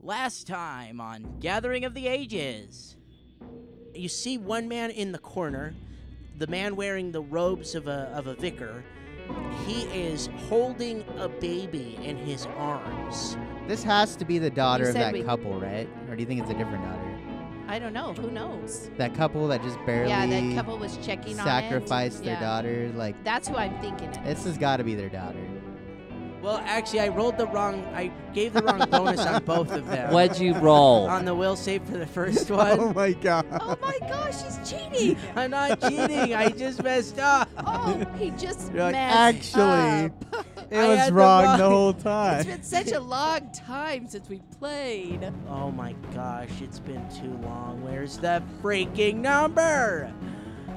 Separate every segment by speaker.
Speaker 1: Last time on Gathering of the Ages.
Speaker 2: You see one man in the corner, the man wearing the robes of a, of a vicar. He is holding a baby in his arms.
Speaker 3: This has to be the daughter
Speaker 4: You
Speaker 3: of
Speaker 4: said
Speaker 3: that
Speaker 4: we-
Speaker 3: couple, right? Or do you think it's a different daughter?
Speaker 4: I don't know. Who knows?
Speaker 3: That couple that just barely
Speaker 4: Yeah, that couple was checking on it.
Speaker 3: sacrificed their
Speaker 4: Yeah.
Speaker 3: daughter. Like
Speaker 4: That's who I'm thinking of.
Speaker 3: this has got to be their daughter.
Speaker 2: Well, actually, I rolled the wrong. I gave the wrong bonus on both of them.
Speaker 5: What'd you roll?
Speaker 2: On the will save for the first one.
Speaker 3: my god!
Speaker 4: oh my gosh, he's cheating!
Speaker 2: I'm not cheating. I just messed up.
Speaker 4: Oh, he just
Speaker 3: You're like,
Speaker 4: messed
Speaker 3: "Actually,
Speaker 4: up."
Speaker 3: It
Speaker 2: I
Speaker 3: was
Speaker 2: had the
Speaker 3: wrong the
Speaker 2: wrong-
Speaker 3: whole
Speaker 4: It's
Speaker 3: time.
Speaker 4: been such a long time since we played.
Speaker 2: Oh my gosh, it's been too long. Where's the freaking number?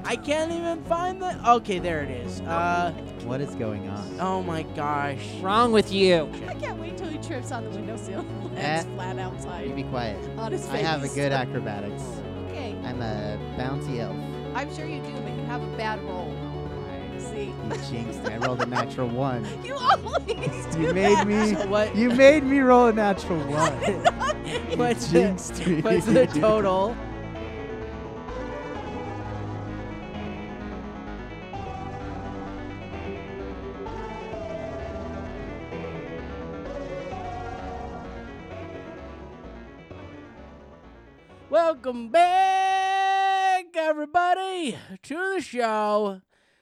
Speaker 2: I can't even find the. Okay, there it is. Uh,
Speaker 3: What is going on?
Speaker 2: oh my gosh.
Speaker 5: Wrong with you?
Speaker 4: I can't wait till he trips on the windowsill. Lands flat
Speaker 3: You
Speaker 4: outside
Speaker 3: be quiet.
Speaker 4: on his
Speaker 3: Eh,
Speaker 4: face.
Speaker 3: I have a good acrobatics.
Speaker 4: Okay,
Speaker 3: I'm a bouncy elf.
Speaker 4: I'm sure you do, but you have a bad roll. See,
Speaker 3: You jinxed me. I rolled a natural one.
Speaker 4: you always do
Speaker 3: You made
Speaker 4: that. Oh
Speaker 3: me.
Speaker 2: So what?
Speaker 3: You made me roll a natural one.
Speaker 2: What's
Speaker 3: You
Speaker 2: the,
Speaker 3: jinxed me.
Speaker 2: what's the total? Welcome back, everybody, to the show.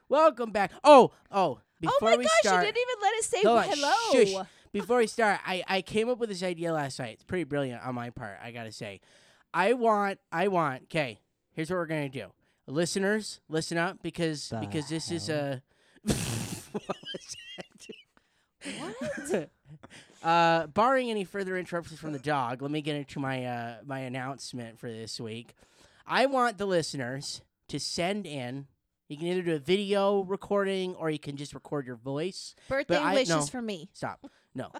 Speaker 2: Welcome back. Oh, oh, before
Speaker 4: oh my
Speaker 2: we
Speaker 4: gosh,
Speaker 2: start,
Speaker 4: you didn't even let us say
Speaker 2: Hold on,
Speaker 4: hello.
Speaker 2: shush. Before we start, I, I came up with this idea last night. It's pretty brilliant on my part, I gotta say. I want I want okay, here's what we're gonna do. Listeners, listen up because
Speaker 3: The
Speaker 2: because this is
Speaker 3: hell?
Speaker 2: a what was
Speaker 4: What?
Speaker 2: that? Uh barring any further interruptions from the dog, let me get into my uh my announcement for this week. I want the listeners to send in you can either do a video recording or you can just record your voice.
Speaker 4: Birthday
Speaker 2: I-
Speaker 4: wishes
Speaker 2: no.
Speaker 4: for me.
Speaker 2: Stop. No,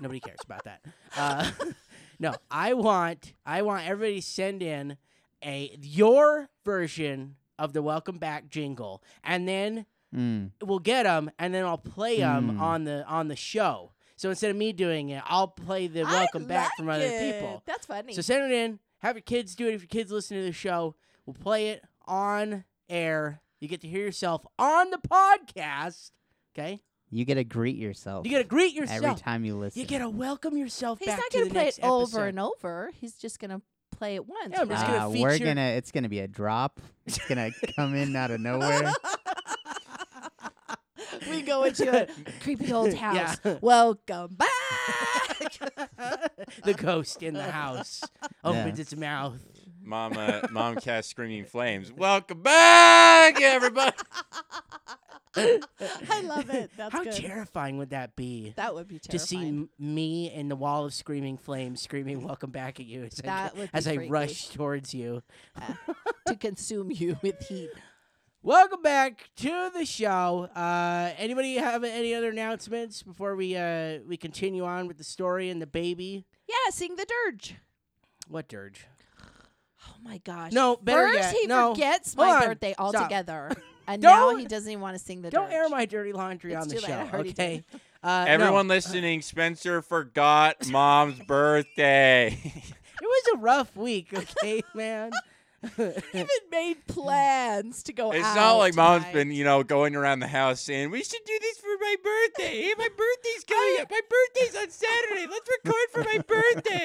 Speaker 2: nobody cares about that. Uh, no, I want I want everybody to send in a your version of the welcome back jingle, and then
Speaker 3: Mm.
Speaker 2: we'll get them, and then I'll play them
Speaker 4: Hmm.
Speaker 3: Mm.
Speaker 2: on the on the show. So instead of me doing it, I'll play the
Speaker 4: I
Speaker 2: welcome back from
Speaker 4: like
Speaker 2: other
Speaker 4: it.
Speaker 2: people.
Speaker 4: That's funny.
Speaker 2: So send it in. Have your kids do it if your kids listen to the show. We'll play it on air. You get to hear yourself on the podcast. Okay,
Speaker 3: You get to greet yourself.
Speaker 2: you got to greet yourself.
Speaker 3: every time you listen.
Speaker 2: You gotta welcome yourself
Speaker 4: He's
Speaker 2: back
Speaker 4: not
Speaker 2: to
Speaker 4: gonna
Speaker 2: the
Speaker 4: play
Speaker 2: next
Speaker 4: it over
Speaker 2: episode.
Speaker 4: and over. He's just gonna play it once.
Speaker 2: Yeah, I'm just
Speaker 4: right?
Speaker 2: gonna
Speaker 3: Uh, We're
Speaker 2: feature-
Speaker 3: gonna. It's gonna be a drop. It's gonna come in out of nowhere.
Speaker 4: we go into a creepy old
Speaker 2: Yeah.
Speaker 4: house. Welcome back.
Speaker 2: the ghost in the house opens
Speaker 3: Yeah.
Speaker 2: its mouth.
Speaker 6: Mama, mom cast screaming flames. Welcome back, everybody.
Speaker 2: Uh,
Speaker 4: I love it. That's
Speaker 2: How
Speaker 4: good.
Speaker 2: terrifying would that be
Speaker 4: that would be
Speaker 2: to
Speaker 4: terrifying.
Speaker 2: see m- me in the wall of screaming flames, screaming "Welcome back" at you as,
Speaker 4: That
Speaker 2: I,
Speaker 4: would
Speaker 2: as
Speaker 4: be
Speaker 2: I
Speaker 4: freaky.
Speaker 2: rush towards you.
Speaker 4: to consume you with heat.
Speaker 2: Welcome back to the show. Uh, anybody have any other announcements before we uh, we continue on with the story and the baby?
Speaker 4: Yeah, sing the dirge.
Speaker 2: What dirge?
Speaker 4: Oh my gosh.
Speaker 2: No, better
Speaker 4: First
Speaker 2: yet,
Speaker 4: he
Speaker 2: no.
Speaker 4: forgets
Speaker 2: Hold
Speaker 4: my
Speaker 2: on.
Speaker 4: birthday
Speaker 2: Stop.
Speaker 4: altogether, and now
Speaker 2: Don't-
Speaker 4: he doesn't even want to sing the
Speaker 2: Don't
Speaker 4: dirge.
Speaker 2: air my dirty laundry
Speaker 4: It's
Speaker 2: on the
Speaker 4: too late, I
Speaker 2: show,
Speaker 4: already did.
Speaker 2: okay? Uh, no.
Speaker 6: Everyone listening, Spencer forgot mom's birthday.
Speaker 2: It was a rough week, okay, man.
Speaker 4: He even made plans to go
Speaker 6: it's
Speaker 4: out.
Speaker 6: not like mom's
Speaker 4: tonight.
Speaker 6: been, you know, going around the house saying, "We should do this for my birthday. Hey, my birthday's coming up. My birthday's on Saturday. Let's record for my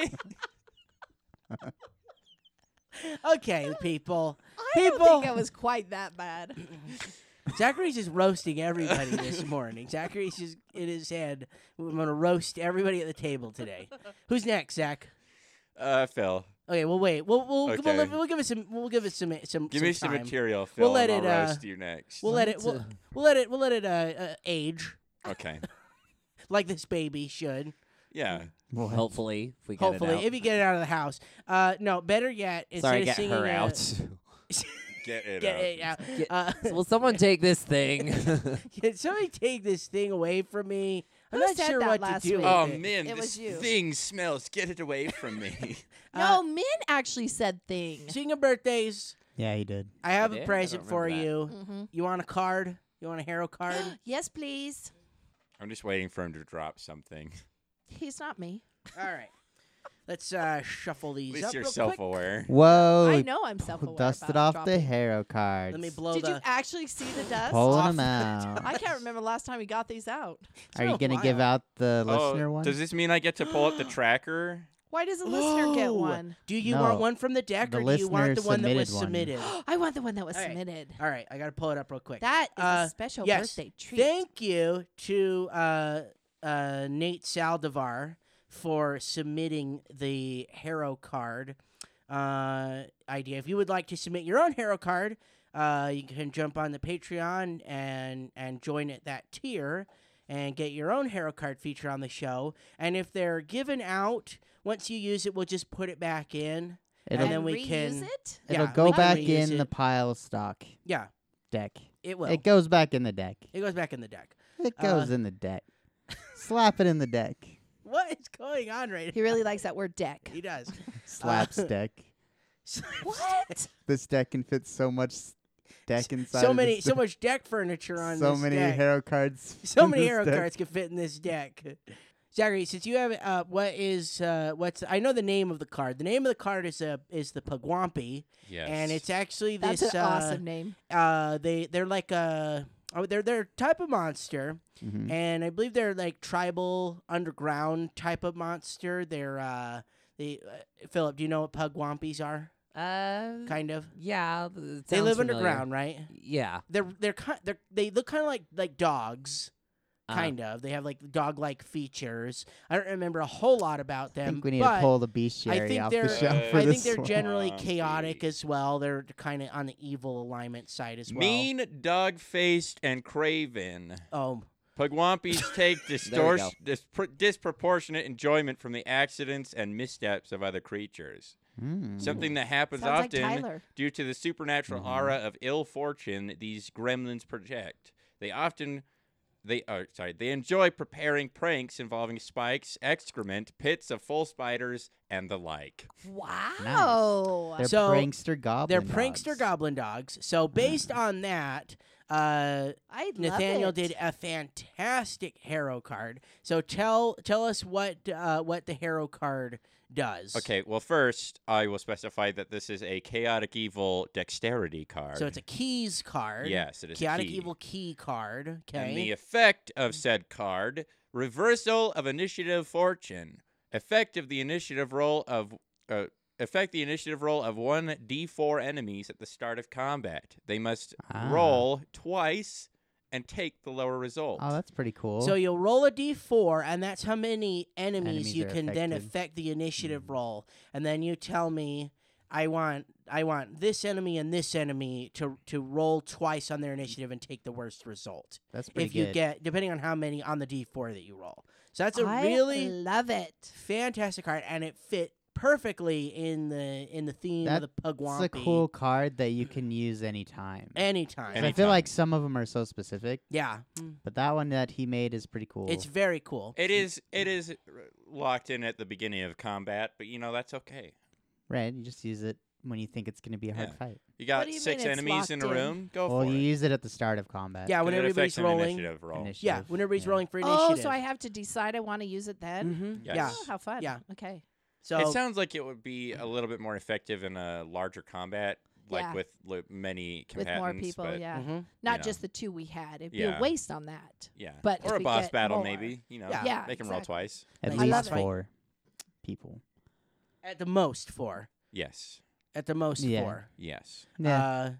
Speaker 6: birthday."
Speaker 2: okay, people.
Speaker 4: I don't
Speaker 2: people.
Speaker 4: think it was quite that bad.
Speaker 2: Zachary's just roasting everybody this morning. Zachary's just in his head. I'm gonna roast everybody at the table today. Who's next, Zach?
Speaker 6: Uh, Phil,
Speaker 2: Okay, well wait. We'll we'll, we'll,
Speaker 6: Okay.
Speaker 2: live- we'll give it some. We'll give it some some.
Speaker 6: give me some
Speaker 2: some time.
Speaker 6: material, Phil.
Speaker 2: We'll let
Speaker 6: and
Speaker 2: it,
Speaker 6: I'll
Speaker 2: uh,
Speaker 6: roast you next.
Speaker 2: We'll let it.
Speaker 3: It's
Speaker 2: We'll,
Speaker 3: a-
Speaker 2: we'll let it. We'll let it uh, uh, age
Speaker 6: okay.
Speaker 2: like this baby should.
Speaker 6: Yeah.
Speaker 3: What?
Speaker 5: Hopefully, if we get
Speaker 2: Hopefully,
Speaker 5: it out.
Speaker 2: if you get it out of the house. Uh, no, better yet, instead
Speaker 5: Sorry,
Speaker 2: of
Speaker 5: get
Speaker 2: singing
Speaker 5: her
Speaker 2: a-
Speaker 5: out.
Speaker 6: Get it
Speaker 2: Get
Speaker 6: out.
Speaker 2: it out.
Speaker 5: Get-
Speaker 2: Uh,
Speaker 5: Will someone take this thing?
Speaker 2: Can somebody take this thing away from me? I'm
Speaker 4: Who
Speaker 2: not
Speaker 4: said
Speaker 2: sure
Speaker 4: that
Speaker 2: what
Speaker 4: last
Speaker 2: to do.
Speaker 4: week?
Speaker 2: with
Speaker 6: Oh
Speaker 2: it.
Speaker 6: man,
Speaker 4: It
Speaker 6: this
Speaker 4: was you.
Speaker 6: thing smells. Get it away from me.
Speaker 2: Uh,
Speaker 4: no, men actually said thing.
Speaker 2: Speaking of birthdays,
Speaker 3: Yeah, he did.
Speaker 2: I have
Speaker 5: did?
Speaker 2: a
Speaker 5: I
Speaker 2: present
Speaker 5: don't
Speaker 2: for
Speaker 5: remember that.
Speaker 2: you.
Speaker 4: Mhm.
Speaker 2: You want a card? You want a hero card?
Speaker 4: yes, please.
Speaker 6: I'm just waiting for him to drop something.
Speaker 4: He's not me.
Speaker 2: All right. Let's uh, shuffle these
Speaker 6: At least
Speaker 2: up
Speaker 6: you're
Speaker 2: real quick.
Speaker 6: self-aware.
Speaker 3: Whoa.
Speaker 4: I
Speaker 3: he
Speaker 4: know I'm self-aware.
Speaker 3: Dusted
Speaker 4: about
Speaker 3: off the
Speaker 4: dropping.
Speaker 3: hero cards.
Speaker 2: Let me blow
Speaker 4: Did
Speaker 2: the.
Speaker 4: you actually see the dust?
Speaker 3: Pulling
Speaker 2: off
Speaker 3: them
Speaker 2: the
Speaker 3: out.
Speaker 4: I can't remember last time we got these out.
Speaker 2: It's
Speaker 3: Are you
Speaker 2: been a
Speaker 3: gonna give
Speaker 2: while.
Speaker 3: out the listener
Speaker 6: oh,
Speaker 3: one?
Speaker 6: Does this mean I get to pull up the tracker?
Speaker 4: Why does a listener get
Speaker 2: Oh.
Speaker 4: one?
Speaker 2: Do you
Speaker 3: No.
Speaker 2: want one from the deck
Speaker 3: The
Speaker 2: or do you want
Speaker 3: listener
Speaker 2: the one that was
Speaker 3: submitted
Speaker 2: submitted?
Speaker 4: I want the one that was
Speaker 2: All right.
Speaker 4: submitted.
Speaker 2: All right, I gotta pull it up real quick.
Speaker 4: That is
Speaker 2: Uh,
Speaker 4: a special
Speaker 2: yes.
Speaker 4: birthday treat.
Speaker 2: Thank you to uh, uh, Nate Saldivar for submitting the Harrow card uh, idea. If you would like to submit your own Harrow card, uh, you can jump on the Patreon and and join at that tier and get your own Harrow card feature on the show. And if they're given out, once you use it, we'll just put it back in.
Speaker 3: It'll,
Speaker 2: and then we
Speaker 4: reuse
Speaker 2: can-
Speaker 4: it?
Speaker 3: it'll
Speaker 2: yeah, we
Speaker 3: go
Speaker 2: can
Speaker 3: back
Speaker 2: reuse
Speaker 3: in
Speaker 2: it.
Speaker 3: the pile of stock
Speaker 2: yeah,
Speaker 3: deck.
Speaker 2: it will.
Speaker 3: It goes back in the deck.
Speaker 2: it uh, goes back in the deck.
Speaker 3: It goes in the deck. Slap it in the deck.
Speaker 2: What is going on right
Speaker 4: He really likes that word deck.
Speaker 2: He does.
Speaker 3: Slaps
Speaker 2: Uh,
Speaker 3: deck.
Speaker 4: What?
Speaker 3: This deck can fit so much s- deck inside.
Speaker 2: so
Speaker 3: of
Speaker 2: many,
Speaker 3: this
Speaker 2: so
Speaker 3: deck.
Speaker 2: much deck furniture on
Speaker 3: so
Speaker 2: this
Speaker 3: many
Speaker 2: deck.
Speaker 3: hero cards.
Speaker 2: so
Speaker 3: in
Speaker 2: many
Speaker 3: this
Speaker 2: hero
Speaker 3: deck.
Speaker 2: cards can fit in this deck. Zachary, since you have uh, what is uh, what's I know the name of the card. The name of the card is uh, is the Pagwampi,
Speaker 6: Yes.
Speaker 2: and it's actually
Speaker 4: That's
Speaker 2: this.
Speaker 4: an
Speaker 2: uh,
Speaker 4: awesome name.
Speaker 2: uh, they they're like a oh, they're they're a type of monster,
Speaker 3: Mhm.
Speaker 2: and I believe they're like tribal underground type of monster. They're uh, they uh, Philip, do you know what Pugwampis are?
Speaker 5: Uh,
Speaker 2: Kind of.
Speaker 5: yeah. th- it
Speaker 2: They
Speaker 5: sounds
Speaker 2: live
Speaker 5: familiar.
Speaker 2: underground, right?
Speaker 5: Yeah.
Speaker 2: They're they're kind they're, they look kind of like like dogs.
Speaker 3: Uh-huh.
Speaker 5: uh,
Speaker 2: kind of. They have like dog like features. I don't remember a whole lot about them.
Speaker 3: I think we need
Speaker 2: but
Speaker 3: to pull the bestiary
Speaker 2: think
Speaker 3: off
Speaker 2: they're-
Speaker 3: the shelf
Speaker 6: Uh,
Speaker 3: for
Speaker 2: I think
Speaker 3: this
Speaker 2: they're
Speaker 3: one.
Speaker 2: generally
Speaker 6: Wow,
Speaker 2: chaotic
Speaker 6: sweet.
Speaker 2: as well. They're kind of on the evil alignment side as well.
Speaker 6: mean, dog-faced, and craven.
Speaker 2: Oh,
Speaker 6: Pugwampies take
Speaker 5: There we
Speaker 6: distor-
Speaker 5: go.
Speaker 6: dispro- disproportionate enjoyment from the accidents and missteps of other creatures.
Speaker 3: Mm.
Speaker 6: Something that happens
Speaker 4: Sounds like
Speaker 6: often
Speaker 4: Tyler.
Speaker 6: due to the supernatural
Speaker 3: Mhm.
Speaker 6: aura of ill fortune these gremlins project. They often they are sorry, they enjoy preparing pranks involving spikes, excrement, pits of full spiders, and the like.
Speaker 4: Wow.
Speaker 3: They're
Speaker 2: So,
Speaker 3: prankster goblin.
Speaker 2: they're prankster
Speaker 3: dogs. Mm-hmm.
Speaker 2: goblin dogs. So based on that, uh,
Speaker 4: I love
Speaker 2: Nathaniel
Speaker 4: it.
Speaker 2: did a fantastic Harrow card. So tell tell us what uh, what the Harrow card does.
Speaker 6: Okay, well first I will specify that this is a chaotic evil dexterity card.
Speaker 2: So it's a keys card.
Speaker 6: Yes, it is a
Speaker 2: Chaotic
Speaker 6: key.
Speaker 2: evil key card. Okay.
Speaker 6: And the effect of said card reversal of initiative fortune. Effect of the initiative roll of. Uh, Affect the initiative roll of one d4 enemies at the start of combat. They must
Speaker 3: Ah.
Speaker 6: roll twice and take the lower result.
Speaker 3: Oh, that's pretty cool.
Speaker 2: So you'll roll a d4, and that's how many enemies,
Speaker 3: Enemies
Speaker 2: you
Speaker 3: are
Speaker 2: can then
Speaker 3: affected. Mm.
Speaker 2: affect the initiative roll. And then you tell me, I want, I want this enemy and this enemy to to roll twice on their initiative and take the worst result.
Speaker 3: that's Mm. pretty
Speaker 2: if you
Speaker 3: good.
Speaker 2: get, depending on how many on the d4 that you roll. So that's a
Speaker 4: I
Speaker 2: really
Speaker 4: love it.
Speaker 2: fantastic card, and it fit perfectly in the in the theme of the
Speaker 3: it's a
Speaker 2: Pugwampy.
Speaker 3: cool card that you can use anytime.
Speaker 2: Anytime.
Speaker 3: 'Cause
Speaker 6: Any-
Speaker 3: I feel
Speaker 6: Anytime.
Speaker 3: like some of them are so specific,
Speaker 2: yeah, Mm.
Speaker 3: but that one that he made is pretty cool.
Speaker 2: it's very cool.
Speaker 6: it is it is r- locked in at the beginning of combat, but you know that's okay.
Speaker 3: right. You just use it when you think it's going to be a hard
Speaker 6: Yeah.
Speaker 3: fight.
Speaker 6: You got
Speaker 4: do you
Speaker 6: six
Speaker 4: mean it's
Speaker 6: enemies in a
Speaker 4: locked in?
Speaker 6: room. Go
Speaker 3: well,
Speaker 6: for
Speaker 3: you
Speaker 6: it.
Speaker 3: use it at the start of combat.
Speaker 2: Yeah,
Speaker 6: 'Cause
Speaker 2: when
Speaker 6: it
Speaker 2: everybody's
Speaker 6: affects an
Speaker 2: rolling.
Speaker 6: initiative roll.
Speaker 2: Yeah,
Speaker 3: Initiative,
Speaker 2: when everybody's
Speaker 3: yeah.
Speaker 2: rolling for initiative.
Speaker 4: Oh, so I have to decide I want to use it then?
Speaker 2: Mm-hmm.
Speaker 6: Yes.
Speaker 2: Yeah.
Speaker 4: Oh, how fun.
Speaker 2: Yeah.
Speaker 4: Okay.
Speaker 2: So
Speaker 6: it sounds like it would be a little bit more effective in a larger combat, like
Speaker 4: Mm-hmm. Yeah.
Speaker 6: with li- many
Speaker 4: With
Speaker 6: combatants.
Speaker 4: more people,
Speaker 6: but
Speaker 4: yeah.
Speaker 2: Mhm.
Speaker 4: Not
Speaker 6: Yeah.
Speaker 4: just the two we had. It'd be
Speaker 6: Yeah.
Speaker 4: a waste on that.
Speaker 6: yeah.
Speaker 4: But if
Speaker 6: or a
Speaker 4: we
Speaker 6: boss
Speaker 4: get
Speaker 6: battle,
Speaker 4: more-
Speaker 6: maybe. You know,
Speaker 2: Yeah.
Speaker 4: Yeah,
Speaker 6: make them roll
Speaker 4: exactly.
Speaker 6: twice.
Speaker 3: At
Speaker 2: Like, I love
Speaker 3: least
Speaker 2: it.
Speaker 3: four people.
Speaker 2: at the most four.
Speaker 6: Yes,
Speaker 2: At the most
Speaker 3: Yeah.
Speaker 2: four.
Speaker 6: yes.
Speaker 3: Yeah,
Speaker 2: Uh,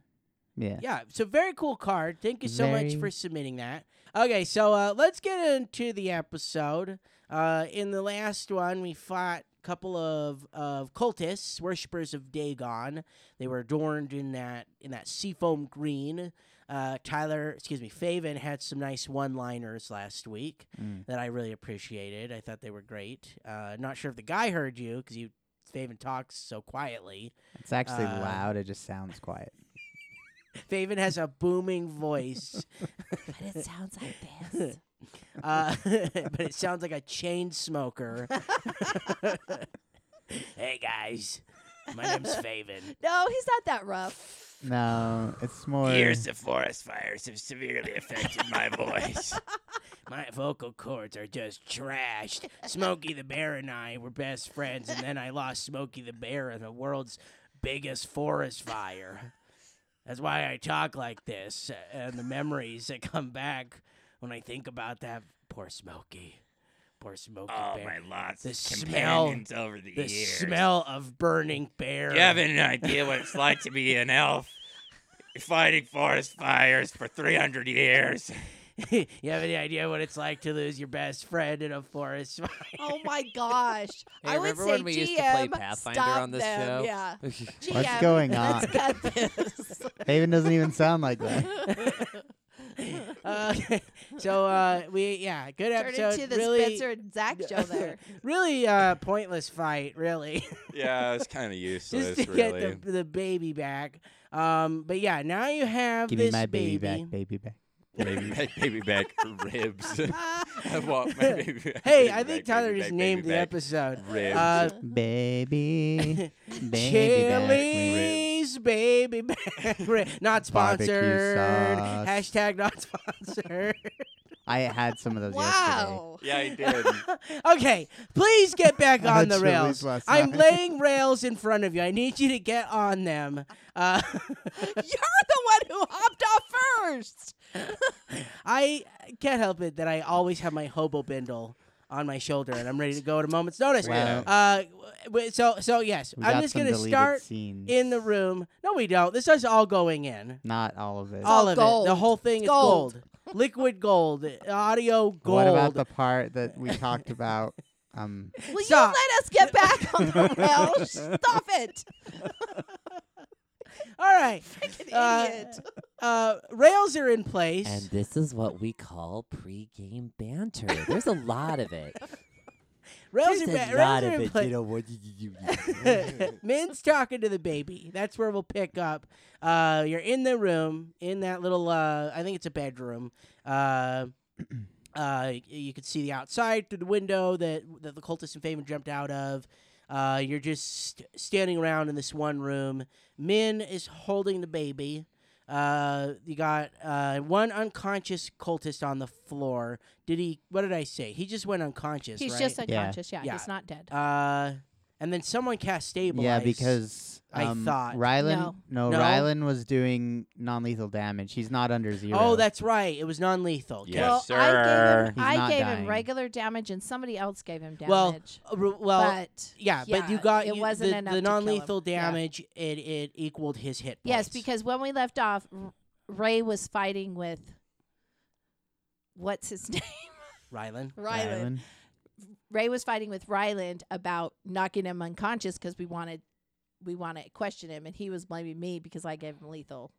Speaker 3: yeah.
Speaker 2: yeah. So very cool card. Thank you so much
Speaker 3: Very.
Speaker 2: for submitting that. Okay, so uh, let's get into the episode. Uh, in the last one, we fought a couple of, of cultists, worshippers of Dagon. They were adorned in that in that seafoam green. Uh, Tyler, excuse me, Faven had some nice one-liners last week.
Speaker 3: Mm.
Speaker 2: that I really appreciated. I thought they were great. Uh, not sure if the guy heard you because you Faven talks so quietly.
Speaker 3: It's actually
Speaker 2: uh,
Speaker 3: loud. It just sounds quiet.
Speaker 2: Faven has a booming voice,
Speaker 4: But it sounds like this.
Speaker 2: uh, but it sounds like a chain smoker. hey guys, my name's Faven.
Speaker 4: no, he's not that rough.
Speaker 3: No, it's more.
Speaker 6: of forest fires have severely affected my voice.
Speaker 2: My vocal cords are just trashed. Smokey the Bear and I were best friends, and then I lost Smokey the Bear in the world's biggest forest fire. That's why I talk like this, uh, and the memories that come back when I think about that poor Smokey. Poor Smokey
Speaker 6: All
Speaker 2: Bear.
Speaker 6: Oh, my lots
Speaker 2: The
Speaker 6: of
Speaker 2: smell-
Speaker 6: companions over the,
Speaker 2: the
Speaker 6: years.
Speaker 2: smell of burning bear.
Speaker 6: You have an idea what it's like to be an elf fighting forest fires for 300 years.
Speaker 2: you have any idea what it's like to lose your best friend in a forest fire?
Speaker 4: Oh my gosh! I
Speaker 5: Hey,
Speaker 4: would
Speaker 5: remember
Speaker 4: say
Speaker 5: when we
Speaker 4: GM,
Speaker 5: used to play Pathfinder
Speaker 4: stop
Speaker 5: on this
Speaker 4: them.
Speaker 5: show?
Speaker 4: Yeah. GM,
Speaker 3: What's going
Speaker 4: let's
Speaker 3: on?
Speaker 4: cut this.
Speaker 3: Haven doesn't even sound like that.
Speaker 2: uh, so uh, we yeah, good
Speaker 4: Turn
Speaker 2: episode.
Speaker 4: into the
Speaker 2: really,
Speaker 4: Spencer and Zach show there.
Speaker 2: really uh, pointless fight. Really,
Speaker 6: Yeah, it's kind of
Speaker 2: just
Speaker 6: useless,
Speaker 2: to
Speaker 6: really.
Speaker 2: get the, the baby back. Um, but yeah, now you have
Speaker 3: Give me
Speaker 2: this
Speaker 3: my baby, back, baby back.
Speaker 6: baby, back, baby back ribs.
Speaker 4: Ah.
Speaker 6: I want my baby back,
Speaker 2: Hey,
Speaker 6: baby
Speaker 2: I think
Speaker 6: back,
Speaker 2: Tyler
Speaker 6: baby
Speaker 2: just
Speaker 6: back,
Speaker 2: named
Speaker 6: baby
Speaker 2: the
Speaker 6: back
Speaker 2: episode.
Speaker 6: Ribs.
Speaker 2: Uh,
Speaker 3: Baby, baby back.
Speaker 2: Chili's baby back rib. not
Speaker 3: Barbecue
Speaker 2: sponsored.
Speaker 3: sauce.
Speaker 2: Hashtag not sponsored.
Speaker 3: I had some of those yesterday.
Speaker 4: wow.
Speaker 6: yeah, I did.
Speaker 2: okay, please get back
Speaker 3: I
Speaker 2: on
Speaker 3: had
Speaker 2: the
Speaker 3: Chili's
Speaker 2: rails.
Speaker 3: last
Speaker 2: I'm
Speaker 3: night.
Speaker 2: laying rails in front of you. I need you to get on them. Uh,
Speaker 4: You're the one who hopped off first.
Speaker 2: I can't help it that I always have my hobo bindle on my shoulder and I'm ready to go at a moment's notice.
Speaker 3: Wow.
Speaker 2: Uh, w- so so yes,
Speaker 3: We
Speaker 2: I'm
Speaker 3: got
Speaker 2: just
Speaker 3: some
Speaker 2: gonna
Speaker 3: deleted
Speaker 2: start
Speaker 3: scenes.
Speaker 2: in the room. No, we don't. This is all going in.
Speaker 3: Not all of it.
Speaker 4: all
Speaker 2: all of it. The
Speaker 4: gold.
Speaker 2: whole thing
Speaker 4: It's
Speaker 2: is gold.
Speaker 4: gold.
Speaker 2: Liquid gold. Audio gold.
Speaker 3: What about the part that we talked about? Um,
Speaker 4: Will
Speaker 2: Stop.
Speaker 4: you let us get back on the rails? Stop it.
Speaker 2: all right.
Speaker 4: Freaking
Speaker 2: Uh,
Speaker 4: idiot.
Speaker 2: Uh, rails are in place.
Speaker 5: And this is what we call pre-game banter. There's a lot of it.
Speaker 2: rails are,
Speaker 5: There's
Speaker 2: ba-
Speaker 5: a
Speaker 2: rails
Speaker 5: lot
Speaker 2: are
Speaker 5: of
Speaker 2: in
Speaker 5: it. You
Speaker 2: place.
Speaker 5: know what? you-
Speaker 2: Min's talking to the baby. That's where we'll pick up. Uh, you're in the room, in that little. Uh, I think it's a bedroom. Uh, uh, y- you could see the outside through the window that that the cultist and Faven jumped out of. Uh, you're just st- standing around in this one room. Min is holding the baby. Uh, you got uh, one unconscious cultist on the floor. Did he? What did I say? He just went unconscious.
Speaker 4: He's
Speaker 2: right?
Speaker 4: just
Speaker 3: Yeah.
Speaker 4: unconscious. Yeah,
Speaker 2: Yeah.
Speaker 4: he's not dead.
Speaker 2: Uh, and then someone cast stabilize.
Speaker 3: yeah, because
Speaker 2: I
Speaker 3: um,
Speaker 2: thought-
Speaker 3: Rylan.
Speaker 4: No.
Speaker 3: No,
Speaker 2: No?
Speaker 3: Rylan was doing non-lethal damage. He's not under zero.
Speaker 2: oh, that's right. It was non-lethal.
Speaker 6: Yes,
Speaker 4: well,
Speaker 6: sir.
Speaker 3: He's
Speaker 4: I gave him, I
Speaker 3: not
Speaker 4: gave him
Speaker 3: dying.
Speaker 4: regular damage, and somebody else gave him damage.
Speaker 2: Well, Uh, r- well,
Speaker 4: but
Speaker 2: yeah, but you
Speaker 4: yeah,
Speaker 2: got
Speaker 4: it
Speaker 2: you-
Speaker 4: wasn't
Speaker 2: the,
Speaker 4: enough
Speaker 2: the
Speaker 4: to kill him.
Speaker 2: non-lethal
Speaker 4: Yeah.
Speaker 2: damage. It it equaled his hit.
Speaker 4: yes,
Speaker 2: points.
Speaker 4: because when we left off, R- Ray was fighting with what's his name,
Speaker 2: Rylan.
Speaker 3: Rylan.
Speaker 4: Ryland. Ray was fighting with Ryland about knocking him unconscious because we wanted we want to question him, and he was blaming me because I gave him lethal.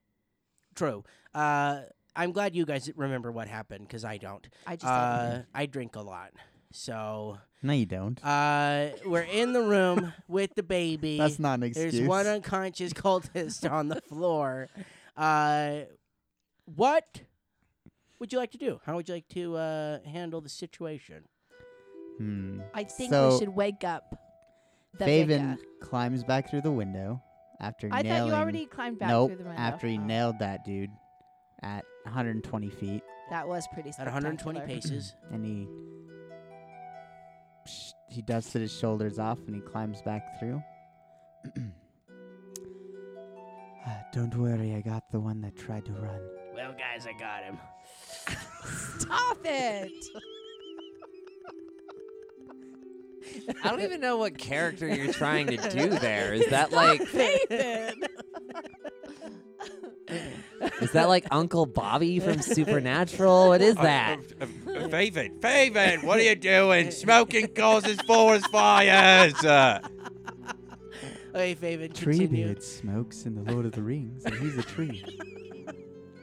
Speaker 2: True. Uh, I'm glad you guys remember what happened because I don't.
Speaker 4: I just
Speaker 2: Uh, I drink a lot, so
Speaker 3: No, you don't.
Speaker 2: uh, we're in the room with the baby.
Speaker 3: That's not an
Speaker 2: There's
Speaker 3: excuse.
Speaker 2: one unconscious cultist on the floor. Uh, what would you like to do? How would you like to uh, handle the situation?
Speaker 3: Hmm.
Speaker 4: I think we
Speaker 3: so-
Speaker 4: should wake up. The
Speaker 3: Faven
Speaker 4: Vega.
Speaker 3: climbs back through the window after
Speaker 4: I
Speaker 3: nailing.
Speaker 4: thought you already climbed back
Speaker 3: nope.
Speaker 4: through the window.
Speaker 3: after he
Speaker 4: Oh,
Speaker 3: nailed that dude at 120 feet,
Speaker 4: That was pretty.
Speaker 2: At 120
Speaker 4: spectacular.
Speaker 2: paces.
Speaker 3: and he sh- he dusted his shoulders off and he climbs back through. "Ah, Don't worry, I got the one that tried to run.
Speaker 2: Well, guys, I got him.
Speaker 4: Stop it.
Speaker 5: I don't even know what character you're trying to do there. Is that like is that like Uncle Bobby from Supernatural? What is that?
Speaker 6: Uh, um, Faven, Faven, what are you doing? Smoking causes forest fires. Uh,
Speaker 2: Okay, Faven, continue.
Speaker 3: Treebeard smokes in the Lord of the Rings, and he's a tree.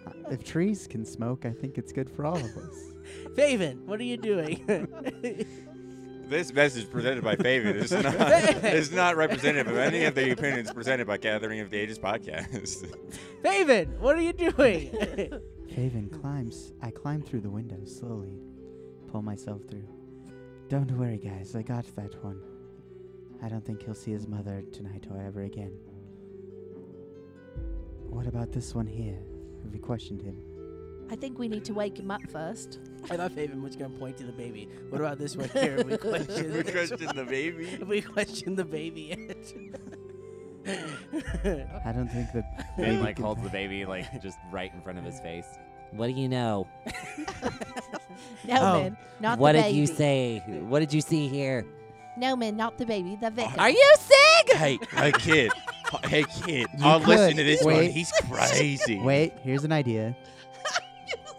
Speaker 3: Uh, if trees can smoke, I think it's good for all of us.
Speaker 2: Faven, what are you doing?
Speaker 6: This message presented by Fabian is not is not representative of any of the opinions presented by Gathering of the Ages podcast.
Speaker 2: Faven, what are you doing?
Speaker 3: Faven climbs. I climb through the window slowly, pull myself through. Don't worry, guys, I got that one. I don't think he'll see his mother tonight or ever again. What about this one here? Have you questioned him?
Speaker 4: I think we need to wake him up first.
Speaker 2: I thought Faven was going to point to the baby. What about this one here? We question,
Speaker 6: We questioned the baby.
Speaker 2: we question the baby.
Speaker 3: I don't think the baby
Speaker 7: And like
Speaker 3: can
Speaker 7: holds
Speaker 3: fa-
Speaker 7: the baby like just right in front of his face.
Speaker 5: What do you know?
Speaker 4: No,
Speaker 2: Oh.
Speaker 4: man, not
Speaker 5: what
Speaker 4: the
Speaker 5: did
Speaker 4: baby.
Speaker 5: you say? What did you see here?
Speaker 4: No, man, not the baby. The victim.
Speaker 5: Are you sick?
Speaker 6: Hey, hey, kid. Hey, kid.
Speaker 3: You
Speaker 6: I'll listen
Speaker 3: could.
Speaker 6: to this one.
Speaker 3: Wait.
Speaker 6: He's crazy.
Speaker 3: Wait, here's an idea.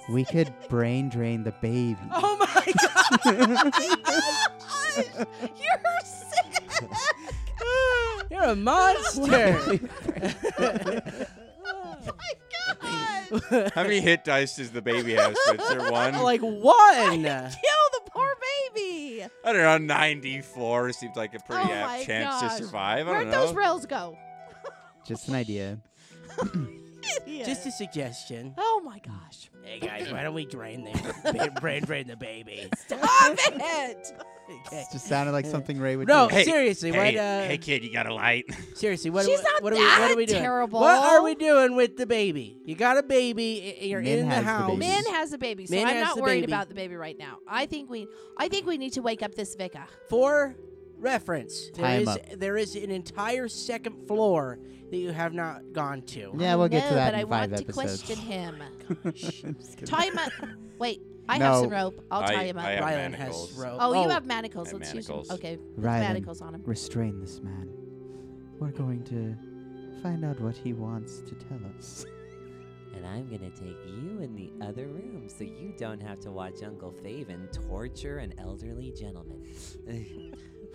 Speaker 3: We could brain drain the baby.
Speaker 2: oh my god!
Speaker 4: You're sick.
Speaker 2: You're a monster.
Speaker 4: God.
Speaker 6: How many hit dice does the baby have, Spencer? One?
Speaker 2: like one.
Speaker 4: Kill the poor baby.
Speaker 6: I don't know. 94 seems like a pretty
Speaker 4: Oh my
Speaker 6: apt chance
Speaker 4: gosh.
Speaker 6: to survive. I
Speaker 4: Where'd
Speaker 6: don't know.
Speaker 4: those rails go?
Speaker 3: Just an idea.
Speaker 2: Just a suggestion.
Speaker 4: oh my gosh.
Speaker 2: Hey guys, why don't we drain the brain drain the baby?
Speaker 4: Stop it.
Speaker 2: Okay.
Speaker 3: It just sounded like something Ray would
Speaker 2: No,
Speaker 3: do.
Speaker 6: Hey,
Speaker 2: seriously,
Speaker 6: hey,
Speaker 2: what? Uh,
Speaker 6: hey, kid, you got a light?
Speaker 2: seriously, what?
Speaker 4: She's
Speaker 2: what,
Speaker 4: not
Speaker 2: what, are we,
Speaker 4: that
Speaker 2: what are we doing?
Speaker 4: terrible.
Speaker 2: What are we doing with the baby? You got a baby. i- You're
Speaker 3: Min
Speaker 2: in the
Speaker 3: has the
Speaker 2: house.
Speaker 3: baby.
Speaker 4: Min has a baby, so
Speaker 2: Min
Speaker 4: I'm
Speaker 2: has
Speaker 4: not
Speaker 2: the
Speaker 4: worried
Speaker 2: baby.
Speaker 4: about the baby right now. I think we, I think we need to wake up this Vika.
Speaker 2: For reference,
Speaker 3: Tie
Speaker 2: there
Speaker 3: 'em
Speaker 2: is
Speaker 3: up.
Speaker 2: there is an entire second floor that you have not gone to.
Speaker 3: Yeah, we'll
Speaker 4: no,
Speaker 3: get to that
Speaker 4: but
Speaker 3: in
Speaker 4: I
Speaker 3: five
Speaker 4: want
Speaker 3: episodes.
Speaker 4: to question him.
Speaker 3: I'm just kidding.
Speaker 4: tie him up. Wait, I have some
Speaker 3: No.
Speaker 4: rope. I'll tie
Speaker 6: I-
Speaker 4: him up.
Speaker 6: I have
Speaker 2: Rylan has
Speaker 6: manacles.
Speaker 2: rope.
Speaker 4: oh, you have manacles.
Speaker 6: I have
Speaker 4: Let's use them.
Speaker 6: manacles.
Speaker 4: Okay, put the
Speaker 3: Rylan.
Speaker 4: manacles on him.
Speaker 3: Restrain this man. We're going to find out what he wants to tell us.
Speaker 5: And I'm gonna take you in the other room so you don't have to watch Uncle Faven torture an elderly gentleman.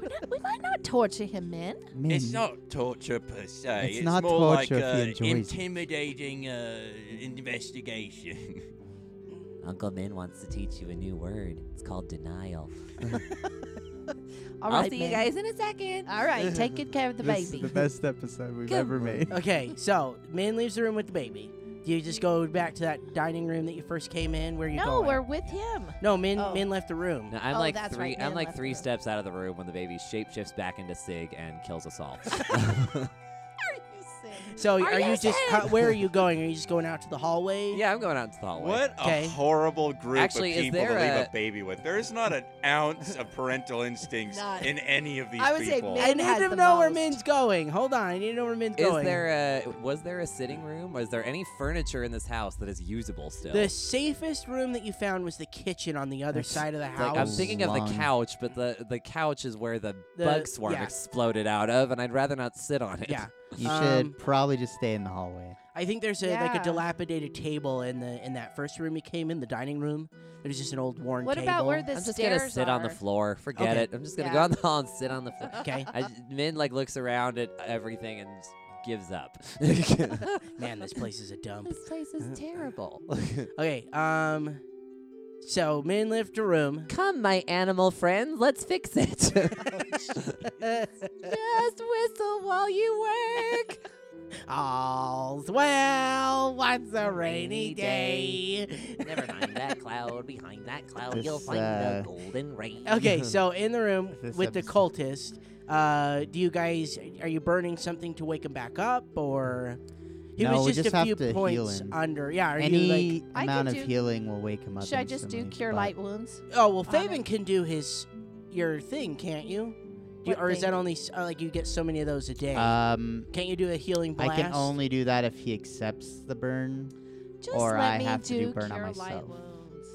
Speaker 4: We're not, we might not torture him, Min.
Speaker 3: Min,
Speaker 6: It's not torture per se.
Speaker 3: Hmm. It's
Speaker 6: It's,
Speaker 3: not torture
Speaker 6: more like
Speaker 3: if he
Speaker 6: uh,
Speaker 3: enjoys it.
Speaker 6: intimidating uh, investigation.
Speaker 5: Uncle Min wants to teach you a new word. It's called denial.
Speaker 4: All
Speaker 5: I'll
Speaker 4: right,
Speaker 5: see you
Speaker 4: Min.
Speaker 5: guys in a second.
Speaker 4: All right, take good care of the
Speaker 3: this is
Speaker 4: baby.
Speaker 3: the best episode we've
Speaker 5: Good
Speaker 3: ever
Speaker 5: one.
Speaker 3: made.
Speaker 2: Okay, so Min leaves the room with the baby. Do you just go back to that dining room that you first came in? Where are you
Speaker 4: no,
Speaker 2: going?
Speaker 4: we're with him.
Speaker 2: no, Min
Speaker 4: Oh.
Speaker 2: Min left the room.
Speaker 7: No, I'm
Speaker 4: Oh,
Speaker 7: like
Speaker 4: that's
Speaker 7: three.
Speaker 4: right,
Speaker 7: I'm
Speaker 4: man
Speaker 7: like
Speaker 4: left
Speaker 7: three
Speaker 4: the room.
Speaker 7: steps out of the room when the baby shapeshifts back into Sig and kills us all.
Speaker 2: So
Speaker 4: Are
Speaker 2: are, you,
Speaker 4: you
Speaker 2: just?
Speaker 4: safe?
Speaker 2: How, where are you going? Are you just going out to the hallway?
Speaker 7: yeah, I'm going out into the hallway.
Speaker 6: What
Speaker 2: Okay.
Speaker 6: a horrible group
Speaker 7: Oh, Actually,
Speaker 6: of
Speaker 7: is
Speaker 6: people to
Speaker 7: there
Speaker 6: leave a
Speaker 7: a-
Speaker 6: baby with. There is not an ounce of parental instincts
Speaker 4: None.
Speaker 6: in any of these
Speaker 4: I would say
Speaker 6: people.
Speaker 4: maybe-
Speaker 2: I
Speaker 4: Min
Speaker 2: need
Speaker 4: has
Speaker 2: to
Speaker 4: the
Speaker 2: know where
Speaker 4: most.
Speaker 2: Min's going. Hold on, I need to know where Min's
Speaker 7: Is
Speaker 2: going.
Speaker 7: there a was there a sitting room? Was there any furniture in this house that is usable still?
Speaker 2: the safest room that you found was the kitchen on the other
Speaker 3: That's-
Speaker 2: side of the house.
Speaker 7: like, I'm thinking of the
Speaker 3: Long.
Speaker 7: couch, but the the couch is where the,
Speaker 2: The-
Speaker 7: bug swarm
Speaker 2: yeah.
Speaker 7: exploded out of, and I'd rather not sit on it.
Speaker 2: yeah,
Speaker 3: You
Speaker 2: Um,
Speaker 3: should probably just stay in the hallway.
Speaker 2: I think there's a like a
Speaker 4: Yeah.
Speaker 2: dilapidated table in the in that first room you came in, the dining room. There's just an old worn
Speaker 4: What
Speaker 2: table.
Speaker 4: about where the
Speaker 7: I'm just
Speaker 4: stairs
Speaker 7: gonna sit on the
Speaker 4: are?
Speaker 7: floor. Forget
Speaker 2: Okay.
Speaker 7: it. I'm just gonna
Speaker 4: Yeah.
Speaker 7: go on the hall and sit on the floor.
Speaker 2: Okay,
Speaker 7: I, Min like looks around at everything and s- gives up.
Speaker 2: man, this place is a dump.
Speaker 7: this place is terrible.
Speaker 2: Okay, um, so Min left a room.
Speaker 5: Come, my animal friend, let's fix it. Just whistle while you work.
Speaker 2: All's well, once a rainy day.
Speaker 5: Never mind that cloud. Behind that cloud, you'll
Speaker 3: This,
Speaker 5: find
Speaker 3: uh,
Speaker 5: the golden rain.
Speaker 2: Okay, so in the room
Speaker 3: This
Speaker 2: with the
Speaker 3: episode.
Speaker 2: cultist, uh, do you guys are you burning something to wake him back up, or he
Speaker 3: No,
Speaker 2: was
Speaker 3: we
Speaker 2: just,
Speaker 3: just
Speaker 2: a
Speaker 3: have
Speaker 2: few
Speaker 3: to heal
Speaker 2: points
Speaker 3: him.
Speaker 2: under? Yeah, are you
Speaker 3: Any
Speaker 4: I could
Speaker 3: amount of
Speaker 4: do-
Speaker 3: healing will wake him up.
Speaker 4: Should I just do
Speaker 3: instantly,
Speaker 4: cure
Speaker 3: but
Speaker 4: light wounds?
Speaker 2: like? Oh well, Faven
Speaker 4: Honest.
Speaker 2: can do his your thing, can't you? Do you
Speaker 4: What
Speaker 2: or is
Speaker 4: thing?
Speaker 2: that only s- uh, like you get so many of those a day?
Speaker 3: Um,
Speaker 2: can't you do a healing blast?
Speaker 3: I can only do that if he accepts the burn.
Speaker 4: Just
Speaker 3: Or
Speaker 4: let
Speaker 3: I
Speaker 4: me
Speaker 3: have to do
Speaker 4: do
Speaker 3: burn on
Speaker 4: cure
Speaker 3: myself.
Speaker 4: light wounds.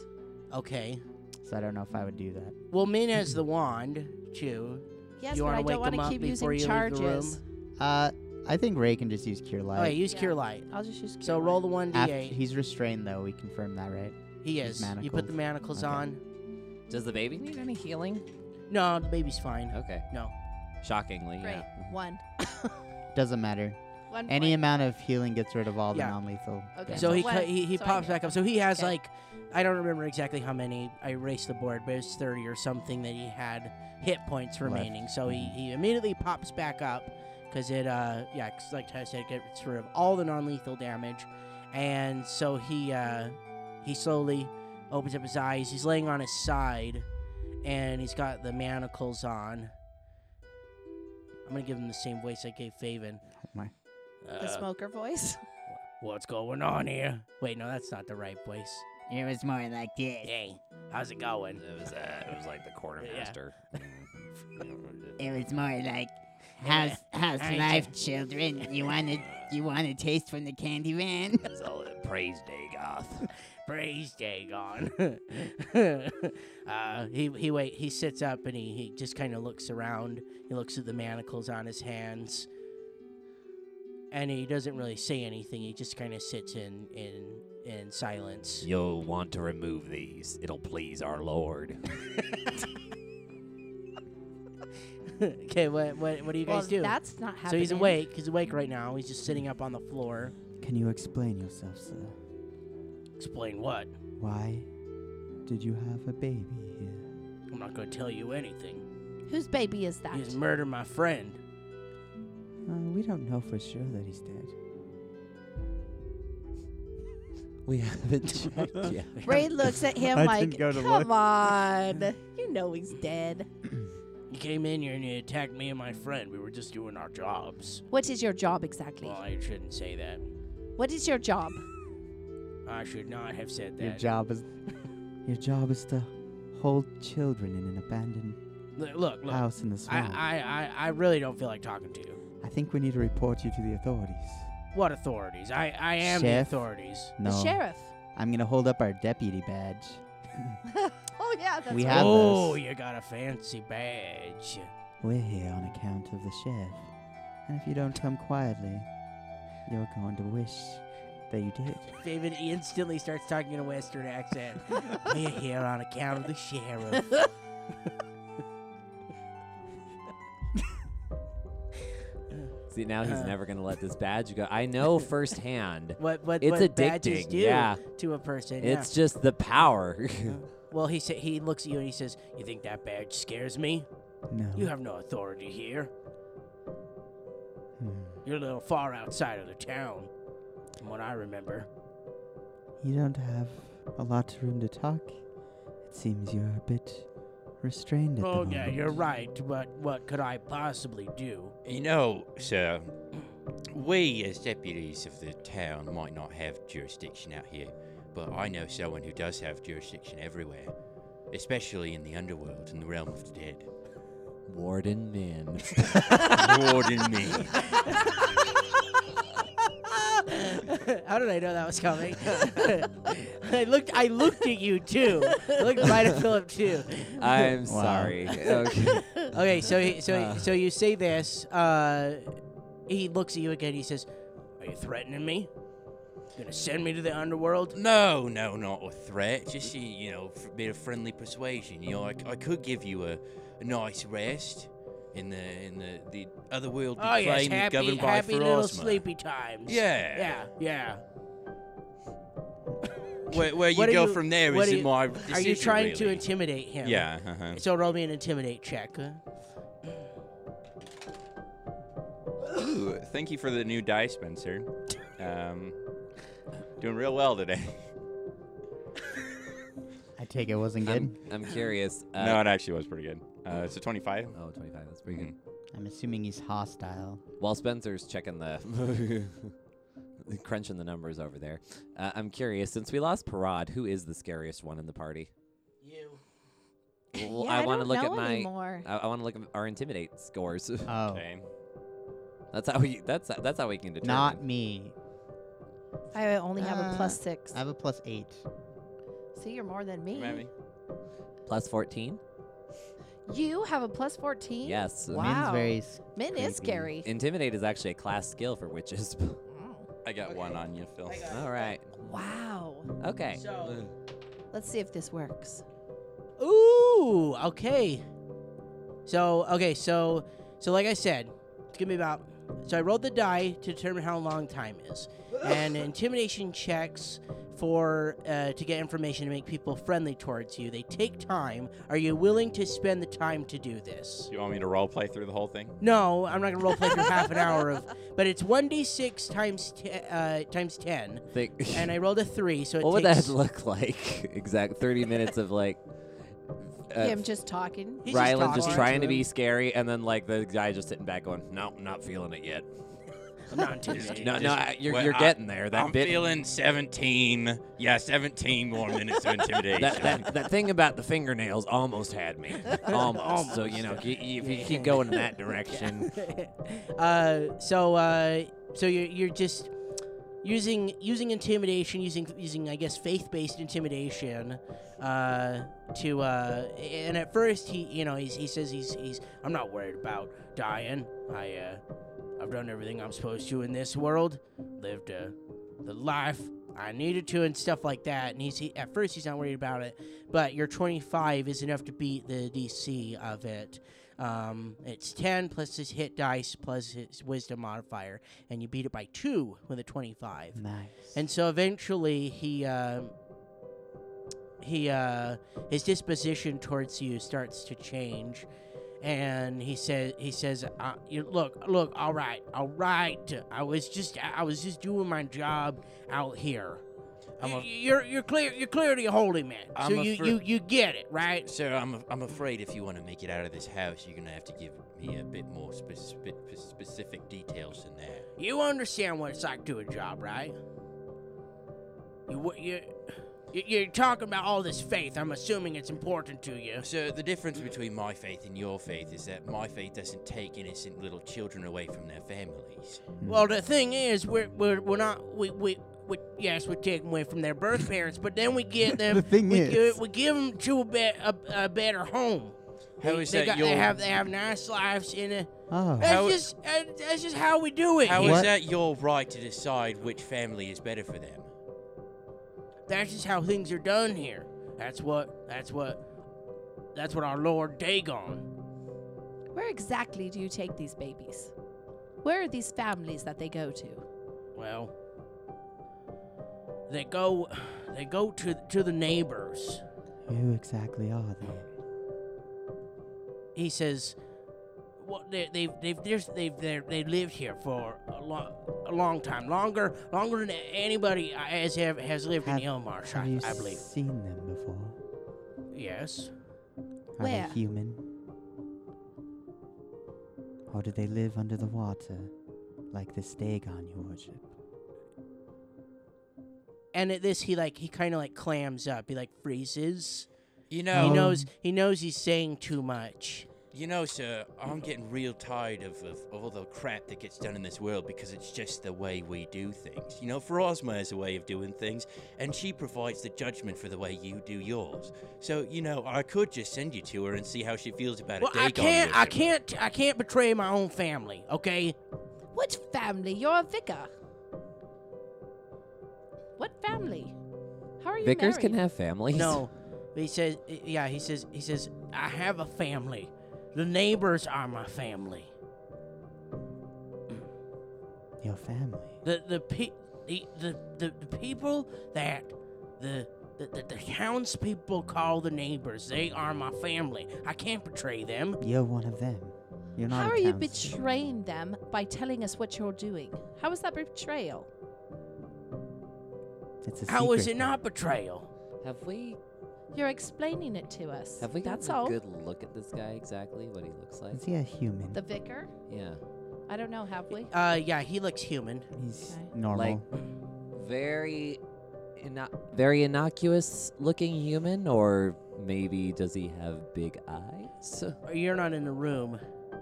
Speaker 2: Okay.
Speaker 3: So I don't know if I would do that.
Speaker 2: Well, Min has the wand too.
Speaker 4: Yes,
Speaker 2: you
Speaker 4: but
Speaker 2: wanna
Speaker 4: I
Speaker 2: wake
Speaker 4: don't want
Speaker 2: him
Speaker 4: to
Speaker 2: up
Speaker 4: keep
Speaker 2: before
Speaker 4: using
Speaker 2: you leave the room?
Speaker 4: charges.
Speaker 3: Uh, I think Ray can just use cure light.
Speaker 2: Okay, Oh, use cure
Speaker 4: Yeah.
Speaker 2: light.
Speaker 4: I'll just use.
Speaker 2: So
Speaker 4: cure
Speaker 2: roll
Speaker 4: light.
Speaker 2: the one d8.
Speaker 3: After, he's restrained though. We confirm that, right?
Speaker 2: he
Speaker 3: he's
Speaker 2: is. You put
Speaker 3: manacled.
Speaker 2: the manacles
Speaker 3: Okay.
Speaker 2: on.
Speaker 7: Does the baby need any healing?
Speaker 2: No, the baby's fine.
Speaker 7: Okay.
Speaker 2: No.
Speaker 7: Shockingly,
Speaker 4: Great
Speaker 7: yeah.
Speaker 4: one.
Speaker 3: Doesn't matter.
Speaker 4: One
Speaker 3: Any
Speaker 4: point.
Speaker 3: amount of healing gets rid of all
Speaker 2: Yeah.
Speaker 3: the non-lethal.
Speaker 4: Okay.
Speaker 2: So he
Speaker 4: What?
Speaker 2: cu- he, he
Speaker 4: So I
Speaker 2: pops
Speaker 4: get
Speaker 2: back up. So he has
Speaker 4: Okay.
Speaker 2: like, I don't remember exactly how many. I erased the board, but it was thirty or something that he had hit points
Speaker 3: Left.
Speaker 2: remaining. So he,
Speaker 3: Mhm.
Speaker 2: he immediately pops back up because it uh yeah 'cause like Ty said it gets rid of all the non lethal damage, and so he uh he slowly opens up his eyes. He's laying on his side, and he's got the manacles on. I'm gonna give him the same voice I gave Faven. Uh,
Speaker 3: my.
Speaker 4: the smoker voice.
Speaker 2: What's going on here? Wait, no, that's not the right voice.
Speaker 8: It was more like this.
Speaker 2: Hey, how's it going?
Speaker 7: It was, uh, it was like the quartermaster.
Speaker 8: It was more like, how's how's
Speaker 2: I
Speaker 8: life, children? You wanna you want a taste from the candy van?
Speaker 7: It was all uh, praise day goth.
Speaker 2: Praise Dagon. uh, he he wait he sits up and he, he just kind of looks around. He looks at the manacles on his hands, and he doesn't really say anything. He just kind of sits in in in silence.
Speaker 7: You'll want to remove these. It'll please our lord.
Speaker 2: okay, what what what do you
Speaker 4: well,
Speaker 2: guys do?
Speaker 4: that's not happening.
Speaker 2: so he's awake. He's awake right now. He's just sitting up on the floor.
Speaker 3: Can you explain yourself, sir?
Speaker 2: Explain what?
Speaker 3: Why did you have a baby here?
Speaker 2: I'm not going to tell you anything.
Speaker 4: Whose baby is that?
Speaker 2: You just murdered my friend.
Speaker 3: Uh, we don't know for sure that he's dead.
Speaker 5: We haven't checked yet.
Speaker 4: Ray looks at him
Speaker 3: I
Speaker 4: like,
Speaker 3: didn't go to
Speaker 4: "Come on, you know he's dead."
Speaker 2: You came in here and you attacked me and my friend. We were just doing our jobs.
Speaker 4: What is your job exactly?
Speaker 2: Well, I shouldn't say that.
Speaker 4: What is your job?
Speaker 2: I should not have said that.
Speaker 3: Your job is your job is to hold children in an abandoned
Speaker 2: L- look, look.
Speaker 3: house in the
Speaker 2: I,
Speaker 3: swamp.
Speaker 2: I, I, I really don't feel like talking to you.
Speaker 3: I think we need to report you to the authorities.
Speaker 2: What authorities? I, I am
Speaker 3: Chef?
Speaker 2: the authorities.
Speaker 3: No,
Speaker 4: The sheriff.
Speaker 3: I'm gonna hold up our deputy badge.
Speaker 4: Oh yeah, that's
Speaker 3: We
Speaker 4: right.
Speaker 3: have
Speaker 2: oh,
Speaker 3: those.
Speaker 2: you got a fancy badge.
Speaker 3: We're here on account of the sheriff, and if you don't come quietly, you're going to wish that you did.
Speaker 2: David instantly starts talking in a Western accent. We're here on account of the sheriff.
Speaker 7: See, now he's
Speaker 2: Uh.
Speaker 7: never going to let this badge go. I know firsthand.
Speaker 2: What, what,
Speaker 7: It's
Speaker 2: what badges
Speaker 7: addicting,
Speaker 2: do
Speaker 7: yeah.
Speaker 2: to a person? yeah.
Speaker 7: It's just the power.
Speaker 2: Well, he sa- he looks at you and he says, "You think that badge scares me?
Speaker 3: No.
Speaker 2: You have no authority here.
Speaker 3: Hmm.
Speaker 2: You're a little far outside of the town, from what I remember."
Speaker 3: You don't have a lot of room to talk. It seems you're a bit restrained at the
Speaker 2: Oh
Speaker 3: moment.
Speaker 2: yeah, you're right. But what could I possibly do?
Speaker 6: You know, sir, we as deputies of the town might not have jurisdiction out here, but I know someone who does have jurisdiction everywhere, especially in the underworld and the realm of the dead.
Speaker 5: Warden Min.
Speaker 6: Warden me.
Speaker 2: How did I know that was coming? I looked. I looked at you too. I looked right at Philip too.
Speaker 7: I'm
Speaker 3: Wow.
Speaker 7: sorry. Okay.
Speaker 2: Okay, so he, so so you say this. Uh, he looks at you again. He says, "Are you threatening me? You gonna send me to the underworld?"
Speaker 6: No, no, not a threat. Just, y- you know, f- a bit of friendly persuasion. You know, I, c- I could give you a, a nice rest in the in the, the other world
Speaker 2: Oh yes,
Speaker 6: plane
Speaker 2: happy,
Speaker 6: governed by
Speaker 2: happy little
Speaker 6: Ferozma.
Speaker 2: sleepy times.
Speaker 6: Yeah.
Speaker 2: yeah, yeah.
Speaker 6: Where, where you
Speaker 2: What are
Speaker 6: go
Speaker 2: you-
Speaker 6: from there
Speaker 2: what
Speaker 6: is
Speaker 2: are
Speaker 6: in
Speaker 2: you-
Speaker 6: my
Speaker 2: Are you
Speaker 6: decision,
Speaker 2: trying to
Speaker 6: really.
Speaker 2: intimidate him?
Speaker 6: Yeah. Uh-huh.
Speaker 2: So roll me an intimidate check.
Speaker 6: Ooh, thank you for the new die, Spencer. Um, doing real well today.
Speaker 3: I take it wasn't good.
Speaker 7: I'm, I'm curious. Uh,
Speaker 6: no, it actually was pretty good. Uh, it's a 25.
Speaker 7: Oh, 25. That's pretty good.
Speaker 2: Mm-hmm.
Speaker 3: I'm assuming he's hostile.
Speaker 7: While Spencer's checking the. crunching the numbers over there. Uh, I'm curious, since we lost Parad, who is the scariest one in the party?
Speaker 2: You.
Speaker 7: Well,
Speaker 4: Yeah,
Speaker 7: I
Speaker 4: I
Speaker 7: wanna
Speaker 4: don't
Speaker 7: look at
Speaker 4: know
Speaker 7: my.
Speaker 4: anymore.
Speaker 7: I, I want to look at our intimidate scores.
Speaker 3: Oh,
Speaker 6: Okay.
Speaker 7: that's how we. That's that's how we can determine.
Speaker 3: not me.
Speaker 4: I only have a
Speaker 3: Uh,
Speaker 4: plus six.
Speaker 3: I have a plus eight.
Speaker 4: See, you're more than me.
Speaker 6: Remind me.
Speaker 7: plus fourteen.
Speaker 4: You have a plus fourteen.
Speaker 7: Yes.
Speaker 4: Wow.
Speaker 3: Min's very. s-
Speaker 4: Min is
Speaker 3: creepy.
Speaker 4: scary.
Speaker 7: Intimidate is actually a class skill for witches.
Speaker 4: Wow.
Speaker 6: I got one on you, Phil.
Speaker 7: All right.
Speaker 4: wow.
Speaker 7: Okay.
Speaker 2: So-
Speaker 4: Let's see if this works.
Speaker 2: Ooh. Okay. So okay. So so like I said, it's gonna be about. So I rolled the die to determine how long time is, and intimidation checks for uh, to get information to make people friendly towards you. They take time. Are you willing to spend the time to do this?
Speaker 6: Do you want me to role play through the whole thing?
Speaker 2: No, I'm not gonna roleplay through half an hour of, but it's one d six times te- uh, times ten,
Speaker 7: Think-
Speaker 2: and I rolled a three, so it
Speaker 7: what would
Speaker 2: takes.
Speaker 7: that look like? exact thirty minutes of like. Uh,
Speaker 4: Him just talking.
Speaker 2: He's
Speaker 7: Rylan
Speaker 2: talking
Speaker 7: just
Speaker 2: him.
Speaker 7: trying to be scary, and then like the guy just sitting back going, "No, not feeling it yet."
Speaker 2: I'm not intimidated.
Speaker 7: No, no,
Speaker 6: Just-
Speaker 7: I- you're,
Speaker 6: well,
Speaker 7: you're
Speaker 6: I-
Speaker 7: getting there. That
Speaker 6: I'm
Speaker 7: bit,
Speaker 6: feeling 17. Yeah, 17 more minutes of intimidation.
Speaker 7: that, that, that thing about the fingernails almost had me. Almost. So, you know, y- y- if you keep going in that direction.
Speaker 2: uh, so uh, so you're you're just using using intimidation, using using I guess faith based intimidation uh, to uh, and at first he you know he's, he says he's he's I'm not worried about dying. I uh, I've done everything I'm supposed to in this world, lived uh, the life. I needed to and stuff like that, and he's he, at first he's not worried about it, but your 25 is enough to beat the DC of it, um, it's 10 plus his hit dice plus his wisdom modifier, and you beat it by 2 with a 25.
Speaker 3: Nice.
Speaker 2: And so eventually he. um he uh his disposition towards you starts to change and he says he says uh, you, look look all right all right i was just i was just doing my job out here
Speaker 6: I'm a-
Speaker 2: Y- you're you're clear you're clearly holding man
Speaker 6: I'm
Speaker 2: so
Speaker 6: a
Speaker 2: you,
Speaker 6: fr-
Speaker 2: you you get it right
Speaker 6: Sir, I'm, I'm afraid if you want to make it out of this house, you're going to have to give me a bit more specific, specific details than that.
Speaker 2: You understand what it's like to do a job, right? You wa- you you- you're talking about all this faith. I'm assuming it's important to you.
Speaker 6: So the difference between my faith and your faith is that my faith doesn't take innocent little children away from their families.
Speaker 3: Hmm.
Speaker 2: Well, the thing is, we're we're, we're not we we. We, yes, we take them away from their birth parents, but then we get them.
Speaker 3: The thing
Speaker 2: we,
Speaker 3: is-
Speaker 2: give, we give them to a, be, a, a better home.
Speaker 6: How
Speaker 2: they,
Speaker 6: is
Speaker 2: they
Speaker 6: that
Speaker 2: got-
Speaker 6: your-
Speaker 2: They have they have nice lives in it.
Speaker 3: Oh,
Speaker 2: That's
Speaker 6: How-
Speaker 2: just uh, that's just how we do it.
Speaker 6: How is
Speaker 2: here.
Speaker 3: What?
Speaker 6: that your right to decide which family is better for them?
Speaker 2: That's just how things are done here. That's what that's what that's what our Lord Dagon
Speaker 4: Where exactly do you take these babies? Where are these families that they go to?
Speaker 2: Well, they go, they go to to the neighbors.
Speaker 3: who exactly are they?
Speaker 2: He says, "What they, they've they've just they've they they lived here for a long a long time, longer longer than anybody uh, has ever has lived in Elmarsh,
Speaker 3: have you
Speaker 2: I, I believe."
Speaker 3: seen them before?
Speaker 2: Yes,
Speaker 3: Are
Speaker 4: Where?
Speaker 3: they human? Or do they live under the water, like this Dagon you worship?
Speaker 2: and at this he like he kind of like clams up. He like freezes.
Speaker 6: You
Speaker 2: He
Speaker 6: know,
Speaker 3: Oh.
Speaker 2: knows he knows he's saying too much.
Speaker 6: you know, sir, I'm getting real tired of, of, of all the crap that gets done in this world because it's just the way we do things. You know, Frosma has a way of doing things, and she provides the judgment for the way you do yours. So, you know, I could just send you to her and see how she feels about
Speaker 2: Well,
Speaker 6: it.
Speaker 2: I can't I can't I can't betray my own family. Okay,
Speaker 4: What family? You're a vicar. What family? How are you
Speaker 7: Vickers can
Speaker 4: married?
Speaker 7: have families.
Speaker 2: No, he says. Yeah, he says. He says. I have a family. The neighbors are my family.
Speaker 3: Your family.
Speaker 2: The the pe- the, the, the, the people that the the, the, the townspeople call the neighbors. They are my family. I can't betray them.
Speaker 3: You're one of them. You're not
Speaker 4: How
Speaker 3: a
Speaker 4: are you
Speaker 3: townsman.
Speaker 4: betraying them by telling us what you're doing? How is that betrayal?
Speaker 3: It's a
Speaker 2: How is
Speaker 3: secret.
Speaker 2: it not betrayal?
Speaker 7: Have we
Speaker 4: You're explaining it to us.
Speaker 7: have we
Speaker 4: That's
Speaker 7: gotten a
Speaker 4: all.
Speaker 7: good look at this guy exactly? What he looks like?
Speaker 3: Is he a human?
Speaker 4: The vicar?
Speaker 7: Yeah.
Speaker 4: I don't know. Have we?
Speaker 2: Uh, yeah, he looks human.
Speaker 3: He's
Speaker 4: Okay.
Speaker 3: normal.
Speaker 7: Like very inno- very innocuous looking human or maybe does he have big eyes?
Speaker 2: You're not in the room.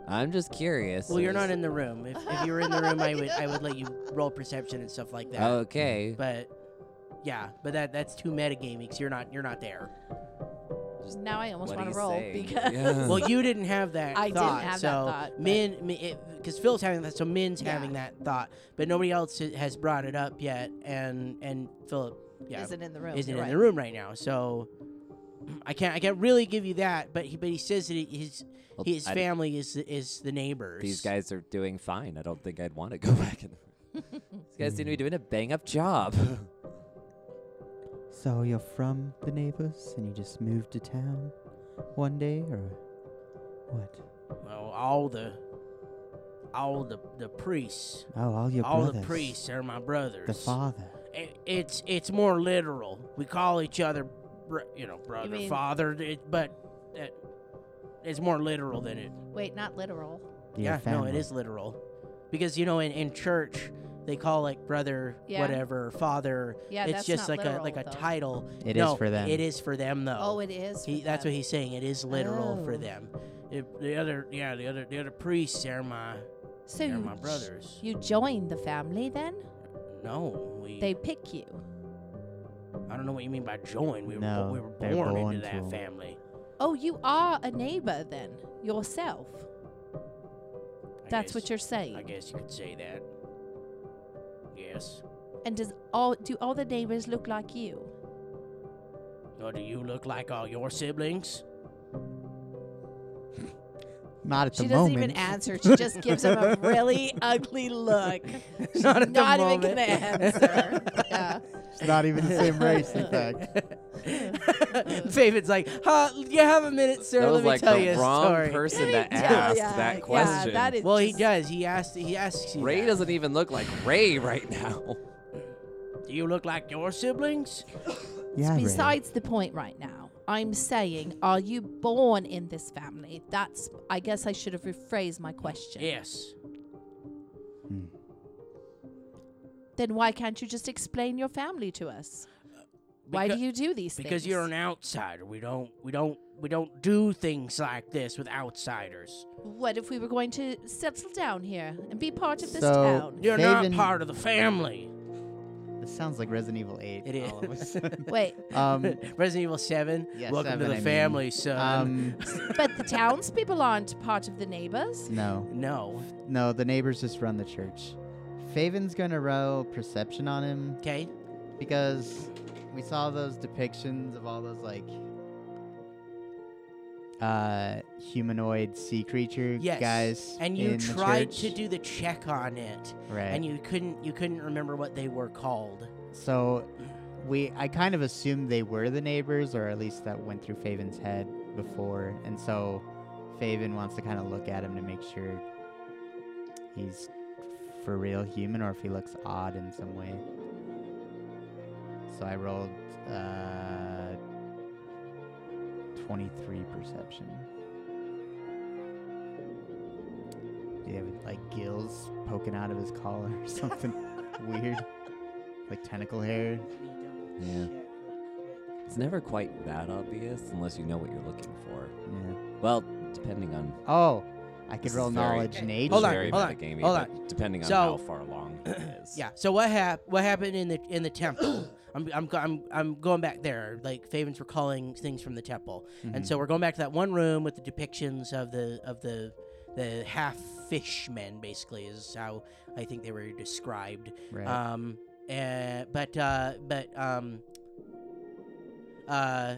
Speaker 7: I'm just curious.
Speaker 2: Well, you're not in the room. If, if you were in the room, I would I would let you roll perception and stuff like that.
Speaker 7: Okay.
Speaker 2: But yeah, but that that's too metagaming. 'cause You're not you're not there.
Speaker 7: Just
Speaker 4: Now I almost
Speaker 7: what
Speaker 4: want
Speaker 7: he's
Speaker 4: to roll
Speaker 7: saying.
Speaker 4: because
Speaker 7: Yeah.
Speaker 2: well, you didn't have that.
Speaker 4: I didn't
Speaker 2: thought,
Speaker 4: have
Speaker 2: so
Speaker 4: that thought, but-
Speaker 2: Min, because Phil's having that, so Min's
Speaker 4: Yeah.
Speaker 2: having that thought, but nobody else ha- has brought it up yet, and and Philip, yeah,
Speaker 4: isn't in the room.
Speaker 2: isn't
Speaker 4: you're
Speaker 2: in
Speaker 4: right.
Speaker 2: the room right now. So I can't I can't really give you that, but he but he says that his
Speaker 7: Well,
Speaker 2: his
Speaker 7: I-
Speaker 2: family is is the neighbors.
Speaker 7: These guys are doing fine. I don't think I'd want to go back in. These guys seem to be doing a bang up job.
Speaker 3: So you're from the neighbors and you just moved to town one day or what?
Speaker 2: well, all the all the the priests,
Speaker 3: Oh, all your
Speaker 2: all
Speaker 3: brothers.
Speaker 2: the priests are my brothers.
Speaker 3: The father.
Speaker 2: it, it's it's more literal. We call each other, br- you know, brother,
Speaker 4: mean-
Speaker 2: father, it, but it, it's more literal than it.
Speaker 4: Wait, not literal.
Speaker 3: Your
Speaker 2: yeah,
Speaker 3: family.
Speaker 2: no, it is literal. because you know in, in church they call like brother
Speaker 4: Yeah.
Speaker 2: whatever father.
Speaker 4: Yeah,
Speaker 2: it's
Speaker 4: that's
Speaker 2: just
Speaker 4: not
Speaker 2: like a
Speaker 4: literal,
Speaker 2: like a
Speaker 4: though.
Speaker 2: title.
Speaker 3: It is
Speaker 2: no,
Speaker 3: for them.
Speaker 2: It is for them though.
Speaker 4: Oh, it is.
Speaker 2: He,
Speaker 4: for
Speaker 2: that's
Speaker 4: them.
Speaker 2: what he's saying. It is literal for
Speaker 4: Oh.
Speaker 2: them. If the other, yeah, the other, the other priests are my,
Speaker 4: So
Speaker 2: they're
Speaker 4: you,
Speaker 2: my
Speaker 4: j-
Speaker 2: brothers.
Speaker 4: You join the family then?
Speaker 2: No, we.
Speaker 4: They pick you.
Speaker 2: I don't know what you mean by join. We
Speaker 3: No,
Speaker 2: were, bo- we
Speaker 3: they're
Speaker 2: were born,
Speaker 3: born
Speaker 2: into
Speaker 3: to
Speaker 2: that
Speaker 3: 'em.
Speaker 2: family.
Speaker 4: Oh, you are a neighbor then yourself.
Speaker 2: I guess-
Speaker 4: That's what you're
Speaker 2: I
Speaker 4: saying.
Speaker 2: guess you could say that. Yes.
Speaker 4: And does all do all the neighbors look like you?
Speaker 2: Or do you look like all your siblings?
Speaker 3: Not at
Speaker 4: She
Speaker 3: the
Speaker 4: doesn't
Speaker 3: moment.
Speaker 4: even answer. She just gives him a really ugly look. She's not,
Speaker 2: at the
Speaker 4: even
Speaker 2: moment.
Speaker 4: gonna answer. yeah.
Speaker 3: It's not even the same race, in fact.
Speaker 2: David's like, huh, you have a minute, sir.
Speaker 7: that
Speaker 2: Let
Speaker 7: was
Speaker 2: me
Speaker 7: like
Speaker 2: tell
Speaker 7: the
Speaker 2: you a
Speaker 7: wrong
Speaker 2: story.
Speaker 7: person
Speaker 4: Yeah,
Speaker 7: to ask
Speaker 4: yeah, yeah,
Speaker 7: that question.
Speaker 4: that is
Speaker 2: well, he
Speaker 4: just-
Speaker 2: does. He asks. He asks you.
Speaker 7: Ray
Speaker 2: that.
Speaker 7: doesn't even look like Ray right now.
Speaker 2: Do you look like your siblings?
Speaker 3: Yeah, Ray.
Speaker 4: Besides the point right now, I'm saying, are you born in this family? That's, I guess I should have rephrased my question.
Speaker 2: Yes.
Speaker 4: Then why can't you just explain your family to us? why do
Speaker 2: Becau-
Speaker 4: you do these things?
Speaker 2: Because you're an outsider. We don't. We don't. We don't do things like this with outsiders.
Speaker 4: What if we were going to settle down here and be part of this
Speaker 3: So-
Speaker 4: town?
Speaker 2: You're not
Speaker 3: Faven-
Speaker 2: part of the family.
Speaker 3: This sounds like Resident Evil 8.
Speaker 2: It is.
Speaker 3: all of a sudden.
Speaker 4: Wait,
Speaker 3: um,
Speaker 2: Resident Evil Seven.
Speaker 3: Yeah,
Speaker 2: Welcome
Speaker 3: seven,
Speaker 2: to the
Speaker 3: I mean.
Speaker 2: family, son.
Speaker 3: um,
Speaker 4: but the townspeople aren't part of the neighbors.
Speaker 3: no.
Speaker 2: no.
Speaker 3: No, the neighbors just run the church. Faven's gonna roll perception on him
Speaker 2: Okay.
Speaker 3: because we saw those depictions of all those like uh humanoid sea creature
Speaker 2: Yes.
Speaker 3: guys.
Speaker 2: And you
Speaker 3: in the
Speaker 2: tried to
Speaker 3: church.
Speaker 2: do the check on it,
Speaker 3: right.
Speaker 2: and you couldn't. You couldn't remember what they were called.
Speaker 3: so we I kind of assumed they were the neighbors, or at least that went through Faven's head before, and so Faven wants to kind of look at him to make sure he's for real human or if he looks odd in some way. So I rolled uh, 23 perception. Do you have like gills poking out of his collar or something weird? Like tentacle hair?
Speaker 7: Yeah. It's never quite that obvious unless you know what you're looking for.
Speaker 3: Yeah.
Speaker 7: Well, depending on
Speaker 3: Oh, I could
Speaker 7: This
Speaker 3: roll
Speaker 7: is very-
Speaker 3: knowledge and nature.
Speaker 2: Hold on,
Speaker 7: very
Speaker 2: hold on,
Speaker 7: metagamey,
Speaker 2: hold
Speaker 7: but Depending on
Speaker 2: So-
Speaker 7: how far along it is.
Speaker 2: Yeah. So what hap- What happened in the in the temple? I'm I'm go- I'm I'm going back there. Like Faven's recalling things from the temple,
Speaker 3: mm-hmm.
Speaker 2: and so we're going back to that one room with the depictions of the of the the half fish men. Basically, is how I think they were described.
Speaker 3: Right.
Speaker 2: Um, uh, but uh, but um, uh,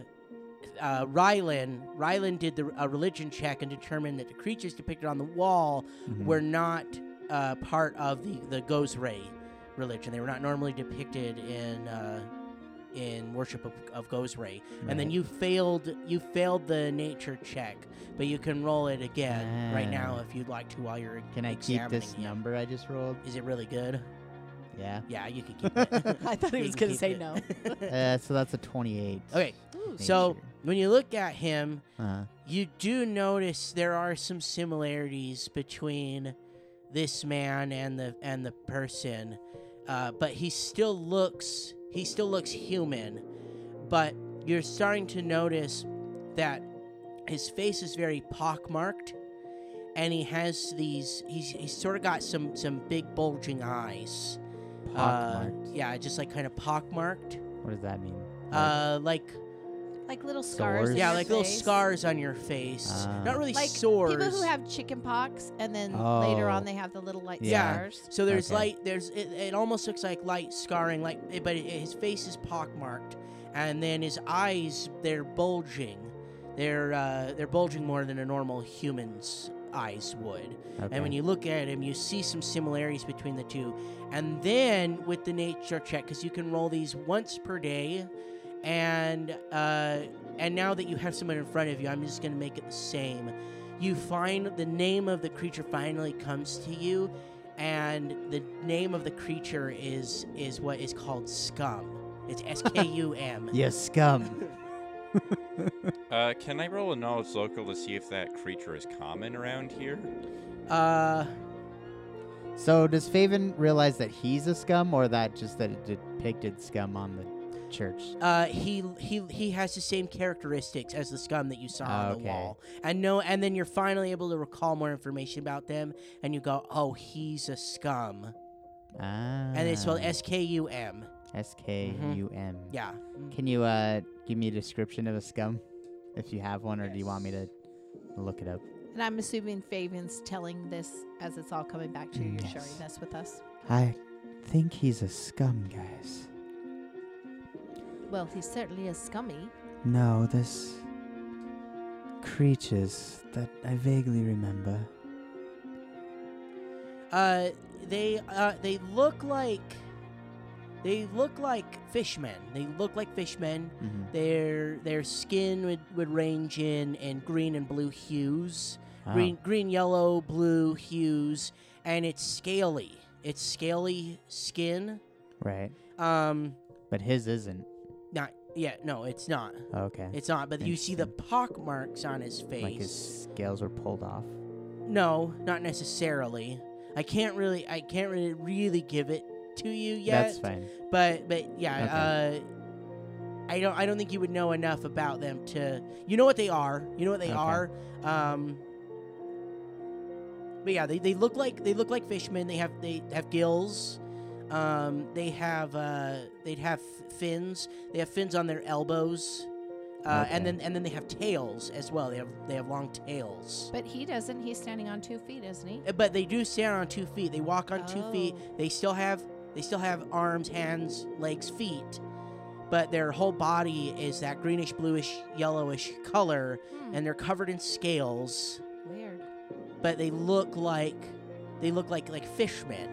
Speaker 2: uh, Rylan Rylan did the a religion check and determined that the creatures depicted on the wall
Speaker 3: Mhm.
Speaker 2: were not uh, part of the the Ghost Ray religion. They were not normally depicted in. Uh, in worship of, of Ghost Ray, and then
Speaker 3: Right.
Speaker 2: you failed. You failed the nature check, but you can roll it again right now
Speaker 3: Ah.
Speaker 2: if you'd like to. While you're
Speaker 3: Can I keep
Speaker 2: examining
Speaker 3: this
Speaker 2: it.
Speaker 3: number I just rolled?
Speaker 2: Is it really good?
Speaker 3: Yeah.
Speaker 2: Yeah, you can keep it.
Speaker 4: I thought he
Speaker 2: You
Speaker 4: was
Speaker 2: can keep
Speaker 4: gonna say
Speaker 2: it.
Speaker 4: no.
Speaker 3: Uh, so that's a 28.
Speaker 2: okay,
Speaker 4: Ooh,
Speaker 2: so
Speaker 3: Nature.
Speaker 2: when you look at him,
Speaker 3: Uh,
Speaker 2: you do notice there are some similarities between this man and the and the person, uh, but he still looks he still looks human, but you're starting to notice that his face is very pockmarked, and he has these he's he's sort of got some some big bulging eyes. Uh,
Speaker 3: pockmarked.
Speaker 2: yeah, just like kind of pockmarked.
Speaker 3: what does that mean?
Speaker 2: Uh, like
Speaker 4: like little
Speaker 3: Sores?
Speaker 4: scars. on
Speaker 2: Yeah,
Speaker 4: your
Speaker 2: like little
Speaker 4: face.
Speaker 2: scars on your face.
Speaker 3: Ah.
Speaker 2: Not really
Speaker 4: Like
Speaker 2: sores.
Speaker 4: people who have chicken pox, and then later
Speaker 3: Oh.
Speaker 4: on they have the little light
Speaker 3: Yeah.
Speaker 4: scars.
Speaker 2: so there's
Speaker 3: Okay.
Speaker 2: light. There's it, it. almost looks like light scarring. Like, eh, but it, his face is pockmarked, and then his eyes they're bulging. They're uh, they're bulging more than a normal human's eyes would.
Speaker 3: okay.
Speaker 2: And when you look at him, you see some similarities between the two. And then with the nature check, because you can roll these once per day, and uh, and now that you have someone in front of you, I'm just gonna make it the same. You find the name of the creature finally comes to you, and the name of the creature is is what is called scum. It's S K U M.
Speaker 3: you scum.
Speaker 6: Uh, can I roll a knowledge local to see if that creature is common around here?
Speaker 2: Uh,
Speaker 3: So does Faven realize that he's a scum, or that just that it depicted scum on the church?
Speaker 2: Uh, he he he has the same characteristics as the scum that you saw on the
Speaker 3: Okay.
Speaker 2: wall, and no, and then you're finally able to recall more information about them, and you go, "Oh, he's a scum,"
Speaker 3: Ah.
Speaker 2: and they spell S Mm-hmm. K U M.
Speaker 3: S K U M.
Speaker 2: Yeah,
Speaker 3: Can you uh give me a description of a scum, if you have one, or do you want me to look it up?
Speaker 4: And I'm assuming Faven's telling this as it's all coming back to you.
Speaker 2: Mm,
Speaker 4: You're
Speaker 3: Yes.
Speaker 4: sharing this with us.
Speaker 3: I think he's a scum, guys.
Speaker 4: Well, he certainly is scummy.
Speaker 3: No, this creatures that I vaguely remember.
Speaker 2: uh, they uh, they look like they look like fishmen. They look like fishmen.
Speaker 3: Mhm.
Speaker 2: Their their skin would, would range in in green and blue hues.
Speaker 3: Oh.
Speaker 2: green, green, yellow, blue hues, and it's scaly. It's scaly skin.
Speaker 3: Right.
Speaker 2: Um,
Speaker 3: But his isn't.
Speaker 2: not yeah, no, it's not.
Speaker 3: Okay.
Speaker 2: It's not. But you see the pock marks on his face.
Speaker 3: like his scales were pulled off.
Speaker 2: No, not necessarily. I can't really, I can't really, really give it to you yet.
Speaker 3: That's fine.
Speaker 2: But but yeah, uh, I don't I don't think you would know enough about them to you know what they are. You know what they
Speaker 3: Okay.
Speaker 2: are. Um, but yeah, they, they look like they look like fishmen. They have they have gills. Um, they have uh, they'd have fins. They have fins on their elbows. Uh, And
Speaker 3: Okay.
Speaker 2: then and then they have tails as well. They have they have long tails.
Speaker 4: But he doesn't. He's standing on two feet, isn't he?
Speaker 2: Uh, But they do stand on two feet. They walk on two feet.
Speaker 4: Oh.
Speaker 2: They still have they still have arms, hands, legs, feet, but their whole body is that greenish, bluish, yellowish color,
Speaker 4: Hmm,
Speaker 2: and they're covered in scales.
Speaker 4: weird.
Speaker 2: But they look like they look like like fishmen.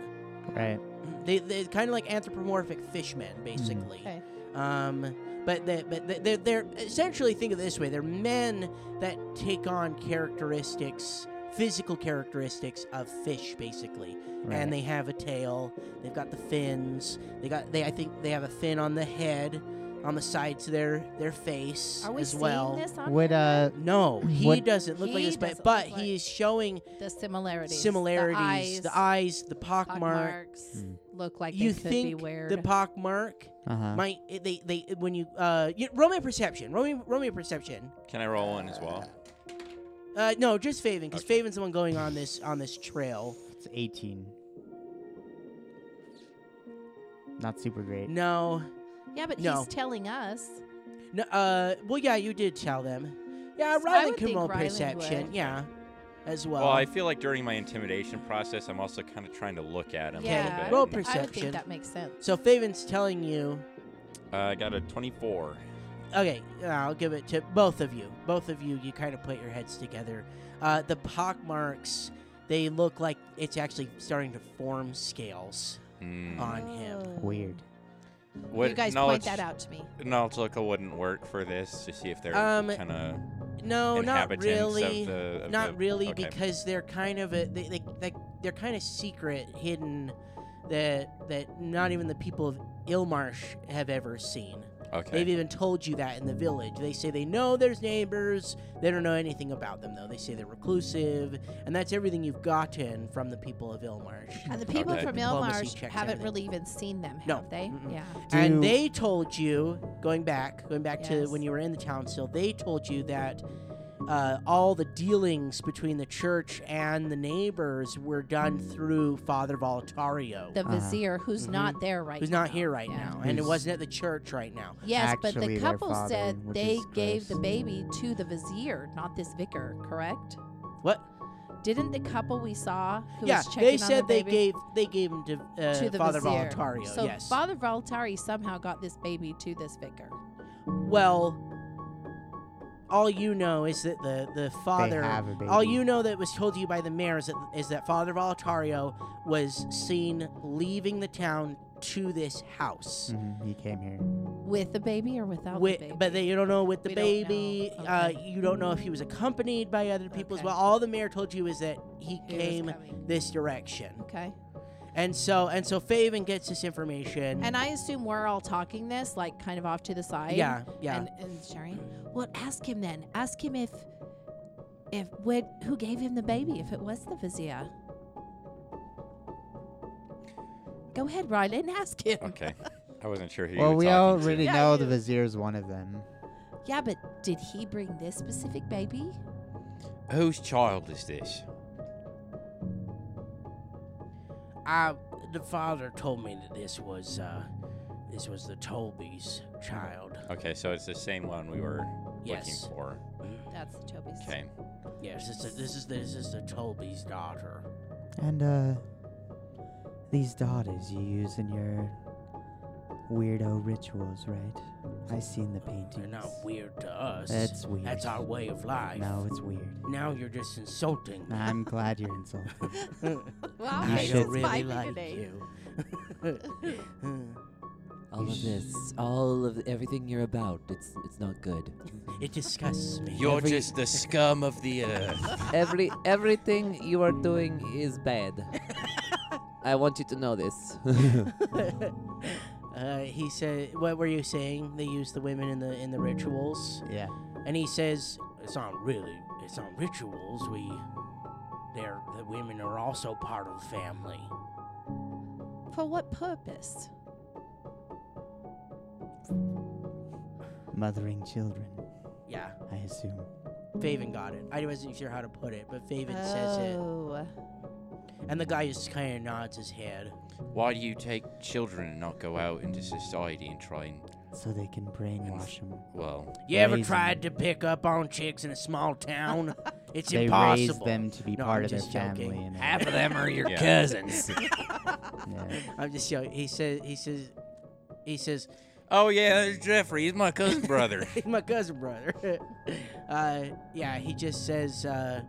Speaker 3: Right.
Speaker 2: They they kind of like anthropomorphic fishmen, basically.
Speaker 4: Hmm. Okay.
Speaker 2: Um, but they, but they- they're, they're essentially think of it this way: they're men that take on characteristics, physical characteristics of fish, basically.
Speaker 3: Right.
Speaker 2: And they have a tail. They've got the fins. They got they. I think they have a fin on the head, on the sides of their their face
Speaker 4: Are we
Speaker 2: as
Speaker 4: seeing
Speaker 2: well.
Speaker 4: this on
Speaker 3: would
Speaker 4: camera?
Speaker 3: uh
Speaker 2: No, he
Speaker 3: What-
Speaker 2: doesn't look like
Speaker 4: He
Speaker 2: this, but
Speaker 4: doesn't
Speaker 2: but
Speaker 4: look like-
Speaker 2: he is showing
Speaker 4: the similarities,
Speaker 2: similarities.
Speaker 4: the eyes,
Speaker 2: the, eyes, the pock
Speaker 4: pock
Speaker 2: mark.
Speaker 4: marks
Speaker 3: Mm.
Speaker 4: look like
Speaker 2: you
Speaker 4: they could
Speaker 2: think
Speaker 4: be weird.
Speaker 2: the pock mark
Speaker 3: uh-huh.
Speaker 2: might they they when you uh you, roll me a perception. Roll me roll me a perception.
Speaker 6: Can I roll one as well?
Speaker 2: Uh, no, just Faven, because
Speaker 6: Okay.
Speaker 2: Faven's the one going on this on this trail.
Speaker 3: It's 18. Not super great.
Speaker 2: No,
Speaker 4: yeah, but
Speaker 2: No.
Speaker 4: he's telling us.
Speaker 2: no. Uh, well, yeah, you did tell them. Yeah,
Speaker 4: So I
Speaker 2: Rylan
Speaker 4: would
Speaker 2: can
Speaker 4: think
Speaker 2: roll
Speaker 4: Rylan
Speaker 2: perception.
Speaker 4: would.
Speaker 2: Yeah, as well.
Speaker 6: Well, I feel like during my intimidation process, I'm also kind of trying to look at him a
Speaker 4: Yeah,
Speaker 6: little bit.
Speaker 2: Roll
Speaker 6: and-
Speaker 2: perce-
Speaker 4: I would
Speaker 2: Perception.
Speaker 4: think that makes sense.
Speaker 2: so Faven's telling you.
Speaker 6: Uh, I got a 24.
Speaker 2: Okay, I'll give it to both of you. Both of you, you kind of put your heads together. Uh, the pock marks. They look like it's actually starting to form scales
Speaker 6: Mm.
Speaker 2: on him.
Speaker 3: Weird.
Speaker 4: you
Speaker 6: Would
Speaker 4: guys point
Speaker 6: knowledge-
Speaker 4: that out to me.
Speaker 6: Knowledge local wouldn't work for this to see if they're
Speaker 2: Um,
Speaker 6: kind of
Speaker 2: No, not
Speaker 6: inhabitants
Speaker 2: really.
Speaker 6: of the. Of
Speaker 2: not
Speaker 6: the-
Speaker 2: really
Speaker 6: okay.
Speaker 2: because they're kind of a, they, they, they, they're kind of secret hidden that that not even the people of Ilmarsh have ever seen.
Speaker 6: Okay.
Speaker 2: They've even told you that in the village. They say they know there's neighbors. They don't know anything about them though. They say they're reclusive, and that's everything you've gotten from the people of Ilmarsh.
Speaker 4: And the people
Speaker 6: Okay.
Speaker 4: from
Speaker 2: Diplomacy
Speaker 4: Elmarsh
Speaker 2: checks
Speaker 4: haven't
Speaker 2: everything.
Speaker 4: really even seen them, have
Speaker 2: No.
Speaker 4: they?
Speaker 2: Mm-mm.
Speaker 4: Yeah.
Speaker 2: And
Speaker 3: Do-
Speaker 2: they told you, going back, going back to
Speaker 4: Yes.
Speaker 2: when you were in the town still, they told you that uh, all the dealings between the church and the neighbors were done through Father Voltario,
Speaker 4: The
Speaker 3: Uh-huh.
Speaker 4: vizier, who's
Speaker 2: Mhm.
Speaker 4: not there right
Speaker 2: who's
Speaker 4: now.
Speaker 2: not here right
Speaker 4: Yeah.
Speaker 2: now, and it
Speaker 3: Who's-
Speaker 2: wasn't at the church right now.
Speaker 4: Yes, but
Speaker 3: Actually,
Speaker 4: the
Speaker 3: their
Speaker 4: couple
Speaker 3: father,
Speaker 4: said
Speaker 3: which
Speaker 4: they
Speaker 3: is
Speaker 4: gave the
Speaker 3: gross.
Speaker 4: baby to the vizier, not this vicar, correct?
Speaker 2: What?
Speaker 4: Didn't the couple we saw who
Speaker 2: yeah,
Speaker 4: was checking
Speaker 2: they
Speaker 4: on
Speaker 2: said
Speaker 4: the
Speaker 2: they
Speaker 4: baby
Speaker 2: gave they gave him to, uh,
Speaker 4: to the
Speaker 2: Father
Speaker 4: vizier?
Speaker 2: Voltario.
Speaker 4: So
Speaker 2: yes.
Speaker 4: Father Voltari somehow got this baby to this vicar.
Speaker 2: well, all you know is that the the father
Speaker 3: they have a baby.
Speaker 2: All you know that was told to you by the mayor is that, is that Father Voltario was seen leaving the town to this house.
Speaker 3: Mhm, he came here.
Speaker 4: With the baby or
Speaker 3: Hmm.
Speaker 4: without
Speaker 2: With,
Speaker 4: the baby?
Speaker 2: but they, you don't know with the
Speaker 4: We don't know.
Speaker 2: baby. Uh,
Speaker 4: Okay.
Speaker 2: you don't know if he was accompanied by other people as
Speaker 4: Okay.
Speaker 2: well. All the mayor told you is that he
Speaker 4: He was
Speaker 2: came
Speaker 4: coming.
Speaker 2: this direction,
Speaker 4: Okay.
Speaker 2: and so and so Faven gets this information.
Speaker 4: And I assume we're all talking this, like kind of off to the side.
Speaker 2: yeah, yeah.
Speaker 4: And, and sharing. Well, ask him then. Ask him if, if when, who gave him the baby, if it was the vizier. Go ahead, Ryland, ask him.
Speaker 6: Okay. I wasn't sure who you
Speaker 3: Well,
Speaker 6: were
Speaker 3: we
Speaker 6: talking to.
Speaker 3: already
Speaker 4: Yeah,
Speaker 3: know
Speaker 4: I
Speaker 3: the
Speaker 4: do.
Speaker 3: vizier's one of them.
Speaker 4: Yeah, but did he bring this specific baby?
Speaker 6: Whose child is this?
Speaker 2: I, the father told me that this was, uh, this was the Tolby's child.
Speaker 6: Okay, so it's the same one we were
Speaker 2: Yes. Mm-hmm.
Speaker 6: looking for.
Speaker 4: That's the Toby's.
Speaker 6: Okay.
Speaker 2: Yes, this is this is this is the Tolby's daughter.
Speaker 3: And uh these daughters you use in your weirdo rituals, right? I seen the paintings.
Speaker 2: They're not weird to us.
Speaker 3: That's weird.
Speaker 2: That's our way of life.
Speaker 3: No, it's weird.
Speaker 2: Now you're just insulting me.
Speaker 3: I'm glad you're insulted.
Speaker 4: Well,
Speaker 3: You
Speaker 4: okay,
Speaker 3: should
Speaker 4: it's
Speaker 3: it's
Speaker 4: five
Speaker 2: really
Speaker 4: like
Speaker 2: like
Speaker 4: today.
Speaker 2: you.
Speaker 7: All of
Speaker 3: sh-
Speaker 7: this, all of everything you're about, it's it's not good.
Speaker 2: it disgusts me.
Speaker 6: You're
Speaker 7: Every-
Speaker 6: just the scum of the earth.
Speaker 7: Every everything you are doing is bad. I want you to know this.
Speaker 2: uh, he said, "What were you saying? They use the women in the in the rituals."
Speaker 3: yeah.
Speaker 2: And he says, "It's not really. It's not rituals. We, they're the women are also part of the family.
Speaker 4: For what purpose?
Speaker 3: Mothering children,
Speaker 2: Yeah,
Speaker 3: I assume.
Speaker 2: Faven got it. I wasn't sure how to put it, but Faven says it,
Speaker 4: Oh.
Speaker 2: and the guy just kind of nods his head.
Speaker 6: Why do you take children and not go out into society and try and,
Speaker 3: So they can brainwash them.
Speaker 6: well,
Speaker 2: You ever
Speaker 3: Raise 'em.
Speaker 2: tried to pick up on chicks in a small town? It's
Speaker 3: They raise
Speaker 2: impossible.
Speaker 3: them to be
Speaker 2: No,
Speaker 3: part
Speaker 2: I'm
Speaker 3: of their
Speaker 2: just joking.
Speaker 3: family. And
Speaker 5: Half of them are your
Speaker 6: Yeah.
Speaker 5: cousins.
Speaker 3: yeah.
Speaker 2: I'm just joking. He says. He says. He says.
Speaker 6: oh yeah, that's Jeffrey. He's my cousin brother.
Speaker 2: my cousin brother. uh, yeah, he just says, uh,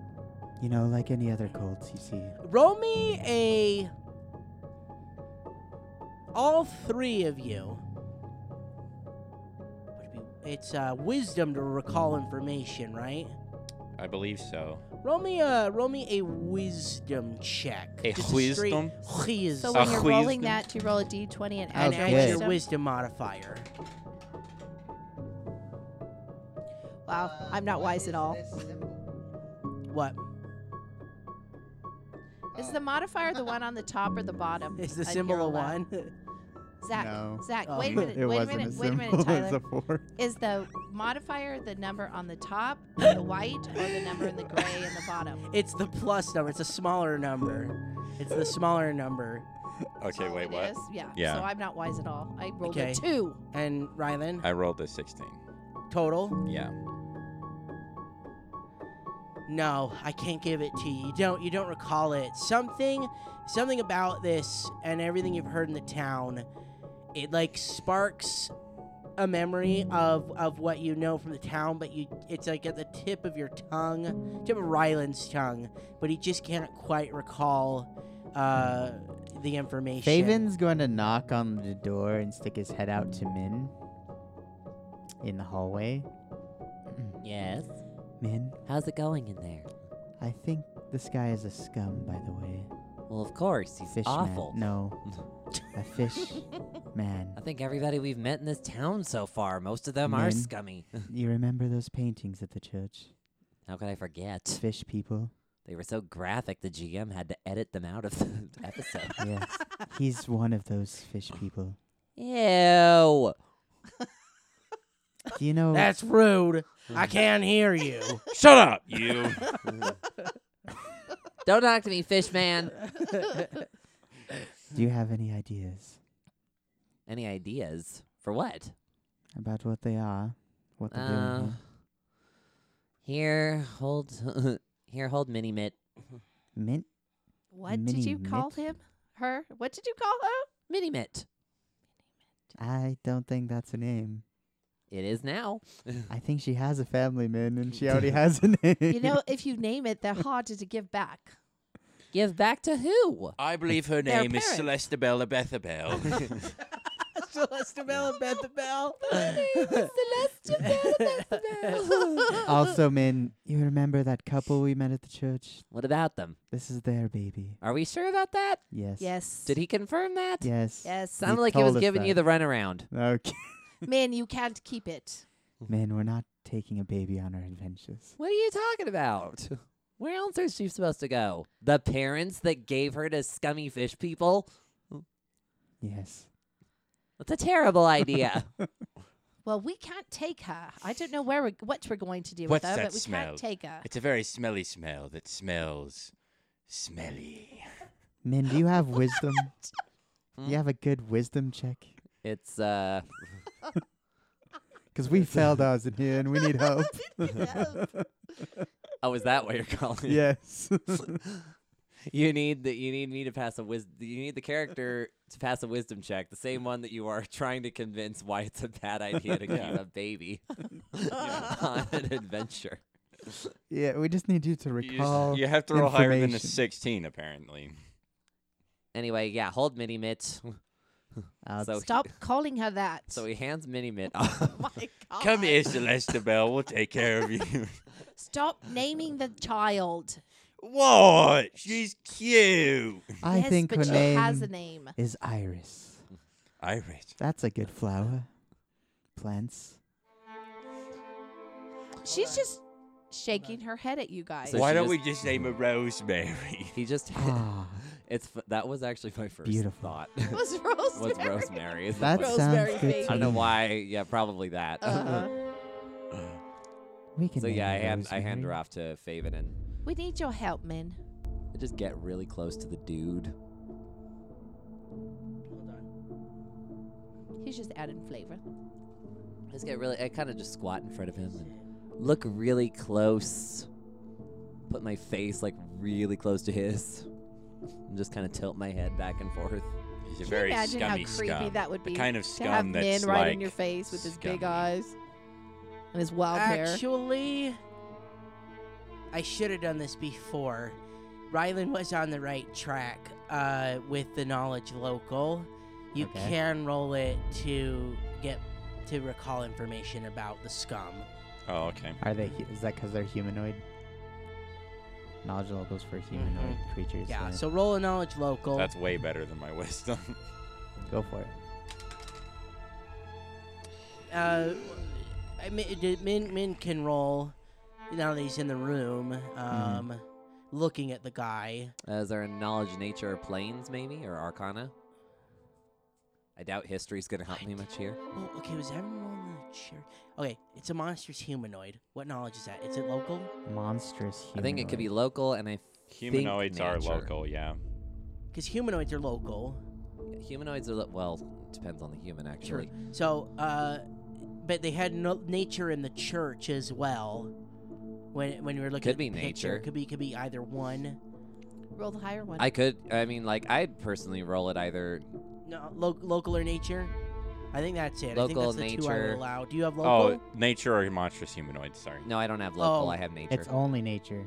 Speaker 3: You know, like any other cults you see.
Speaker 2: roll me a. All three of you. Would it be- It's uh, wisdom to recall information, right?
Speaker 6: I believe so.
Speaker 2: Roll me a roll me a wisdom check.
Speaker 6: A
Speaker 2: Just straight-
Speaker 6: wisdom?
Speaker 2: Wisdom.
Speaker 4: So when
Speaker 6: Ah,
Speaker 4: you're
Speaker 6: wheezed
Speaker 4: rolling
Speaker 6: them.
Speaker 4: that, do you roll a d20 and add
Speaker 2: and
Speaker 3: Oh,
Speaker 4: your
Speaker 2: add
Speaker 3: good.
Speaker 2: your
Speaker 4: wisdom?
Speaker 2: wisdom modifier.
Speaker 4: Wow, I'm not wise at all.
Speaker 2: What
Speaker 4: Is the modifier the one on the top or the bottom?
Speaker 2: is the
Speaker 4: of
Speaker 2: symbol
Speaker 4: your
Speaker 2: of
Speaker 4: left?
Speaker 2: one?
Speaker 4: Zach,
Speaker 3: No.
Speaker 4: Zach,
Speaker 2: Oh.
Speaker 4: wait a minute, wait a minute, wait a minute, Tyler.
Speaker 3: four.
Speaker 4: Is the modifier the number on the top, in the white, or the number in the gray in the bottom?
Speaker 2: It's the plus number. It's a smaller number. It's the smaller number.
Speaker 6: Okay,
Speaker 4: So
Speaker 6: wait,
Speaker 4: it
Speaker 6: what?
Speaker 4: is- Yeah.
Speaker 6: Yeah.
Speaker 4: So I'm not wise at all. I rolled
Speaker 2: Okay.
Speaker 4: a two.
Speaker 2: And Rylan,
Speaker 6: I rolled a 16.
Speaker 2: total?
Speaker 6: Yeah.
Speaker 2: No, I can't give it to you. You don't. You don't recall it. Something, something about this and everything you've heard in the town, it like sparks a memory of of what you know from the town, but you it's like at the tip of your tongue, tip of Rylan's tongue, but he just can't quite recall uh, the information.
Speaker 3: Faven's going to knock on the door and stick his head out to Min in the hallway.
Speaker 5: yes.
Speaker 3: Min,
Speaker 5: How's it going in there?
Speaker 3: I think this guy is a scum, by the way.
Speaker 5: Well, of course, he's
Speaker 3: Fish
Speaker 5: awful.
Speaker 3: man. No. a fish man.
Speaker 5: I think everybody we've met in this town so far, most of them are
Speaker 3: Men.
Speaker 5: scummy.
Speaker 3: You remember those paintings at the church?
Speaker 5: How could I forget?
Speaker 3: Fish people.
Speaker 5: They were so graphic the GM had to edit them out of the episode.
Speaker 3: Yes. He's one of those fish people.
Speaker 5: Ew.
Speaker 3: Do you know
Speaker 2: That's rude. I can't hear you.
Speaker 6: Shut up, you.
Speaker 5: Don't talk to me, fish man.
Speaker 3: do you have any ideas
Speaker 5: Any ideas? For what?
Speaker 3: about what they are? What they're
Speaker 5: Uh,
Speaker 3: doing here?
Speaker 5: here, hold here, hold mini mitt.
Speaker 3: Mint?
Speaker 4: What did
Speaker 3: Mini
Speaker 4: you call
Speaker 3: mitt?
Speaker 4: him? Her? What did you call her?
Speaker 5: Mini mitt.
Speaker 3: I don't think that's a name.
Speaker 5: It is now.
Speaker 3: I think she has a family, Min, and she already has a name.
Speaker 4: You know, if you name it, they're harder to give back.
Speaker 5: Give back to who?
Speaker 6: I believe her
Speaker 4: Their
Speaker 6: name is
Speaker 4: parents.
Speaker 6: Celeste Bella Bethabel.
Speaker 2: Celestabel, Bethabel.
Speaker 4: uh,
Speaker 3: also, Min, you remember that couple we met at the church?
Speaker 5: What about them?
Speaker 3: This is their baby.
Speaker 5: Are we sure about that?
Speaker 3: Yes.
Speaker 4: Yes.
Speaker 5: Did he confirm that?
Speaker 3: Yes.
Speaker 4: Yes.
Speaker 5: Sounded
Speaker 3: He
Speaker 5: like he was
Speaker 3: told us
Speaker 5: giving you the
Speaker 3: that.
Speaker 5: runaround.
Speaker 3: Okay.
Speaker 4: Man, you can't keep it.
Speaker 3: Min, we're not taking a baby on our adventures.
Speaker 5: What are you talking about? Where else is she supposed to go? The parents that gave her to scummy fish people?
Speaker 3: Yes.
Speaker 7: That's a terrible idea.
Speaker 4: Well, we can't take her. I don't know where we what we're going to do
Speaker 6: What's
Speaker 4: with her,
Speaker 6: that
Speaker 4: but we
Speaker 6: smell?
Speaker 4: can't take her.
Speaker 6: It's a very smelly smell that smells smelly.
Speaker 3: Min, do you have wisdom? Do you have a good wisdom check?
Speaker 7: it's uh
Speaker 3: Because we failed ours in here and we need help.
Speaker 7: oh, is that what you're calling? it?
Speaker 3: yes.
Speaker 7: You need the you need me to pass a wis you need the character to pass a wisdom check, the same one that you are trying to convince why it's a bad idea to keep a baby on an adventure.
Speaker 3: yeah, we just need you to
Speaker 6: You just-
Speaker 3: recall.
Speaker 6: you have to roll higher than a
Speaker 3: information.
Speaker 6: 16, apparently.
Speaker 7: Anyway, yeah, hold Mini Mitt.
Speaker 3: I'll
Speaker 7: So he-
Speaker 4: Stop calling her that.
Speaker 7: so he hands Mini Mitt off.
Speaker 4: My God.
Speaker 6: Come here, Celeste Bell. We'll take care of you.
Speaker 4: Stop naming the child.
Speaker 6: what? She's cute.
Speaker 3: I
Speaker 4: yes,
Speaker 3: think her
Speaker 4: but she
Speaker 3: name
Speaker 4: has a name.
Speaker 3: is Iris.
Speaker 6: Iris.
Speaker 3: That's a good flower. Plants.
Speaker 4: She's just shaking her head at you guys.
Speaker 7: So
Speaker 6: Why
Speaker 7: she
Speaker 6: don't
Speaker 7: just-
Speaker 6: we just name her Rosemary?
Speaker 7: he just
Speaker 3: Ah,
Speaker 7: it's f- that was actually my first
Speaker 3: Beautiful.
Speaker 7: thought.
Speaker 4: was Rosemary.
Speaker 7: was Rosemary. Is
Speaker 3: that
Speaker 7: I
Speaker 3: sounds
Speaker 4: Rosemary
Speaker 3: good.
Speaker 4: baby.
Speaker 3: to
Speaker 7: don't know
Speaker 3: me.
Speaker 7: why. Yeah, probably that.
Speaker 4: Uh-huh.
Speaker 3: We Uh, can
Speaker 7: so yeah, I
Speaker 3: name her
Speaker 7: hand I hand her
Speaker 3: Rosemary.
Speaker 7: off to Faven and
Speaker 4: We need your help, Min.
Speaker 7: I just get really close to the dude.
Speaker 2: Hold on.
Speaker 4: He's just adding flavor.
Speaker 7: I just get really. I kind of just squat in front of him and look really close. Put my face like really close to his. And just kind of tilt my head back and forth.
Speaker 6: He's a
Speaker 4: Can
Speaker 6: very
Speaker 4: you imagine how
Speaker 6: scummy
Speaker 4: creepy
Speaker 6: scum.
Speaker 4: that would
Speaker 6: The
Speaker 4: be?
Speaker 6: kind of
Speaker 4: to have
Speaker 6: scum
Speaker 4: Min
Speaker 6: that's
Speaker 4: right
Speaker 6: like
Speaker 4: in your face with his big
Speaker 6: scummy.
Speaker 4: eyes and his wild hair.
Speaker 2: Actually, I should have done this before. Rylan was on the right track uh, with the knowledge local. You
Speaker 3: Okay.
Speaker 2: can roll it to get to recall information about the scum.
Speaker 6: Oh, okay.
Speaker 3: Are they? hu- Is that because they're humanoid? Knowledge locals for humanoid creatures.
Speaker 2: Mm-hmm. Yeah.
Speaker 3: then
Speaker 2: So roll a knowledge local.
Speaker 6: That's way better than my wisdom.
Speaker 3: go for it.
Speaker 2: uh, I mean, d- Min Min can roll now that he's in the room, um, looking at the guy.
Speaker 7: Uh, is there a knowledge, nature, or planes maybe? Or arcana? I doubt history's going to help me much here.
Speaker 2: Oh, okay, was everyone on the chair? Okay, it's a monstrous humanoid. What knowledge is that? Is it local?
Speaker 3: Monstrous. Humanoid.
Speaker 7: I think it could be local, and I. think
Speaker 6: Humanoids are
Speaker 7: nature.
Speaker 6: local, yeah.
Speaker 2: Because humanoids are local.
Speaker 7: Humanoids are. Lo- well, depends on the human, actually.
Speaker 2: So, uh, but they had no- nature in the church as well. When when we were looking
Speaker 7: Could
Speaker 2: at the
Speaker 7: be
Speaker 2: picture.
Speaker 7: nature.
Speaker 2: could be could be either one.
Speaker 4: Roll the higher one.
Speaker 7: I could. I mean, like, I'd personally roll it either
Speaker 2: No, lo- local or nature. I think that's it. I
Speaker 7: Local,
Speaker 2: think that's the two I would
Speaker 7: nature.
Speaker 2: allow. Do you have
Speaker 6: Oh,
Speaker 2: local?
Speaker 6: nature or monstrous humanoids, sorry.
Speaker 7: No, I don't have local.
Speaker 2: Oh,
Speaker 7: I have nature.
Speaker 3: It's only nature.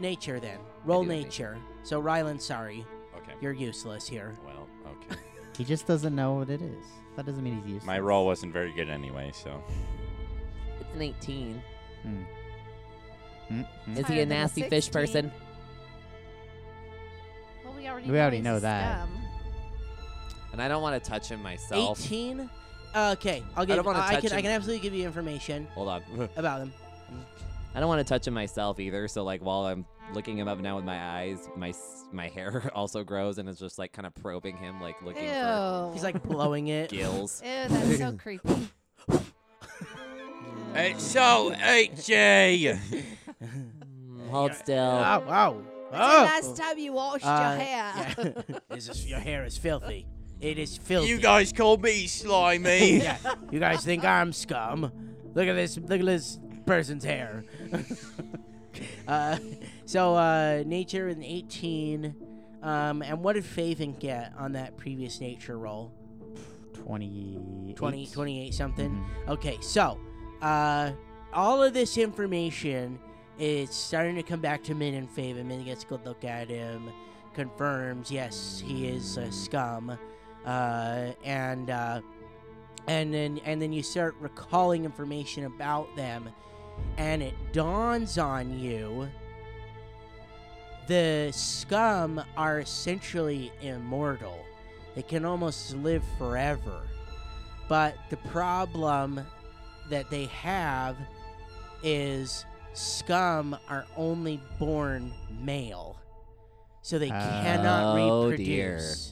Speaker 2: Nature then. Roll
Speaker 7: do have
Speaker 2: nature. So Rylan, sorry,
Speaker 6: Okay.
Speaker 2: you're useless here.
Speaker 6: Well, okay.
Speaker 3: He just doesn't know what it is. That doesn't mean he's useless.
Speaker 6: My roll wasn't very good anyway, so.
Speaker 7: It's an 18.
Speaker 3: Hmm. Hmm, hmm.
Speaker 7: Is
Speaker 4: Higher
Speaker 7: he a
Speaker 4: than a
Speaker 7: nasty fish
Speaker 4: 16.
Speaker 7: person?
Speaker 4: well, we already
Speaker 3: We already
Speaker 4: he's
Speaker 3: know that.
Speaker 4: scum.
Speaker 7: And I don't want to touch him myself.
Speaker 2: 18. Okay, I'll give.
Speaker 7: don't wanna
Speaker 2: I
Speaker 7: touch
Speaker 2: can. I
Speaker 7: him.
Speaker 2: can absolutely give you information
Speaker 7: Hold on.
Speaker 2: about them.
Speaker 7: I don't want to touch him myself either. So like while I'm looking him up now with my eyes, my s- my hair also grows and is just like kind of probing him, like
Speaker 4: Ew.
Speaker 7: looking for
Speaker 2: He's like blowing it.
Speaker 7: gills.
Speaker 4: Ew, that's so creepy.
Speaker 6: It's so HJ!
Speaker 7: Mm, Hold still.
Speaker 2: Wow! Oh, Wow!
Speaker 4: last time you washed
Speaker 2: Oh. Uh,
Speaker 4: your hair.
Speaker 2: yeah. This is- your hair is filthy. It is filthy.
Speaker 6: you guys call me slimy!
Speaker 2: yeah. You guys think I'm scum? Look at this. Look at this person's hair. uh, so uh, nature in 18. Um, and what did Faven get on that previous nature roll?
Speaker 3: 20.
Speaker 2: 20, 28 something.
Speaker 3: Mm-hmm.
Speaker 2: Okay, so uh, all of this information is starting to come back to Min and Faven. Min gets a good look at him, confirms, yes, he is a scum, uh, and uh, and then and then you start recalling information about them, and it dawns on you. The scum are essentially immortal. They can almost live forever. But the problem that they have is scum are only born male. So they cannot
Speaker 7: Oh,
Speaker 2: reproduce.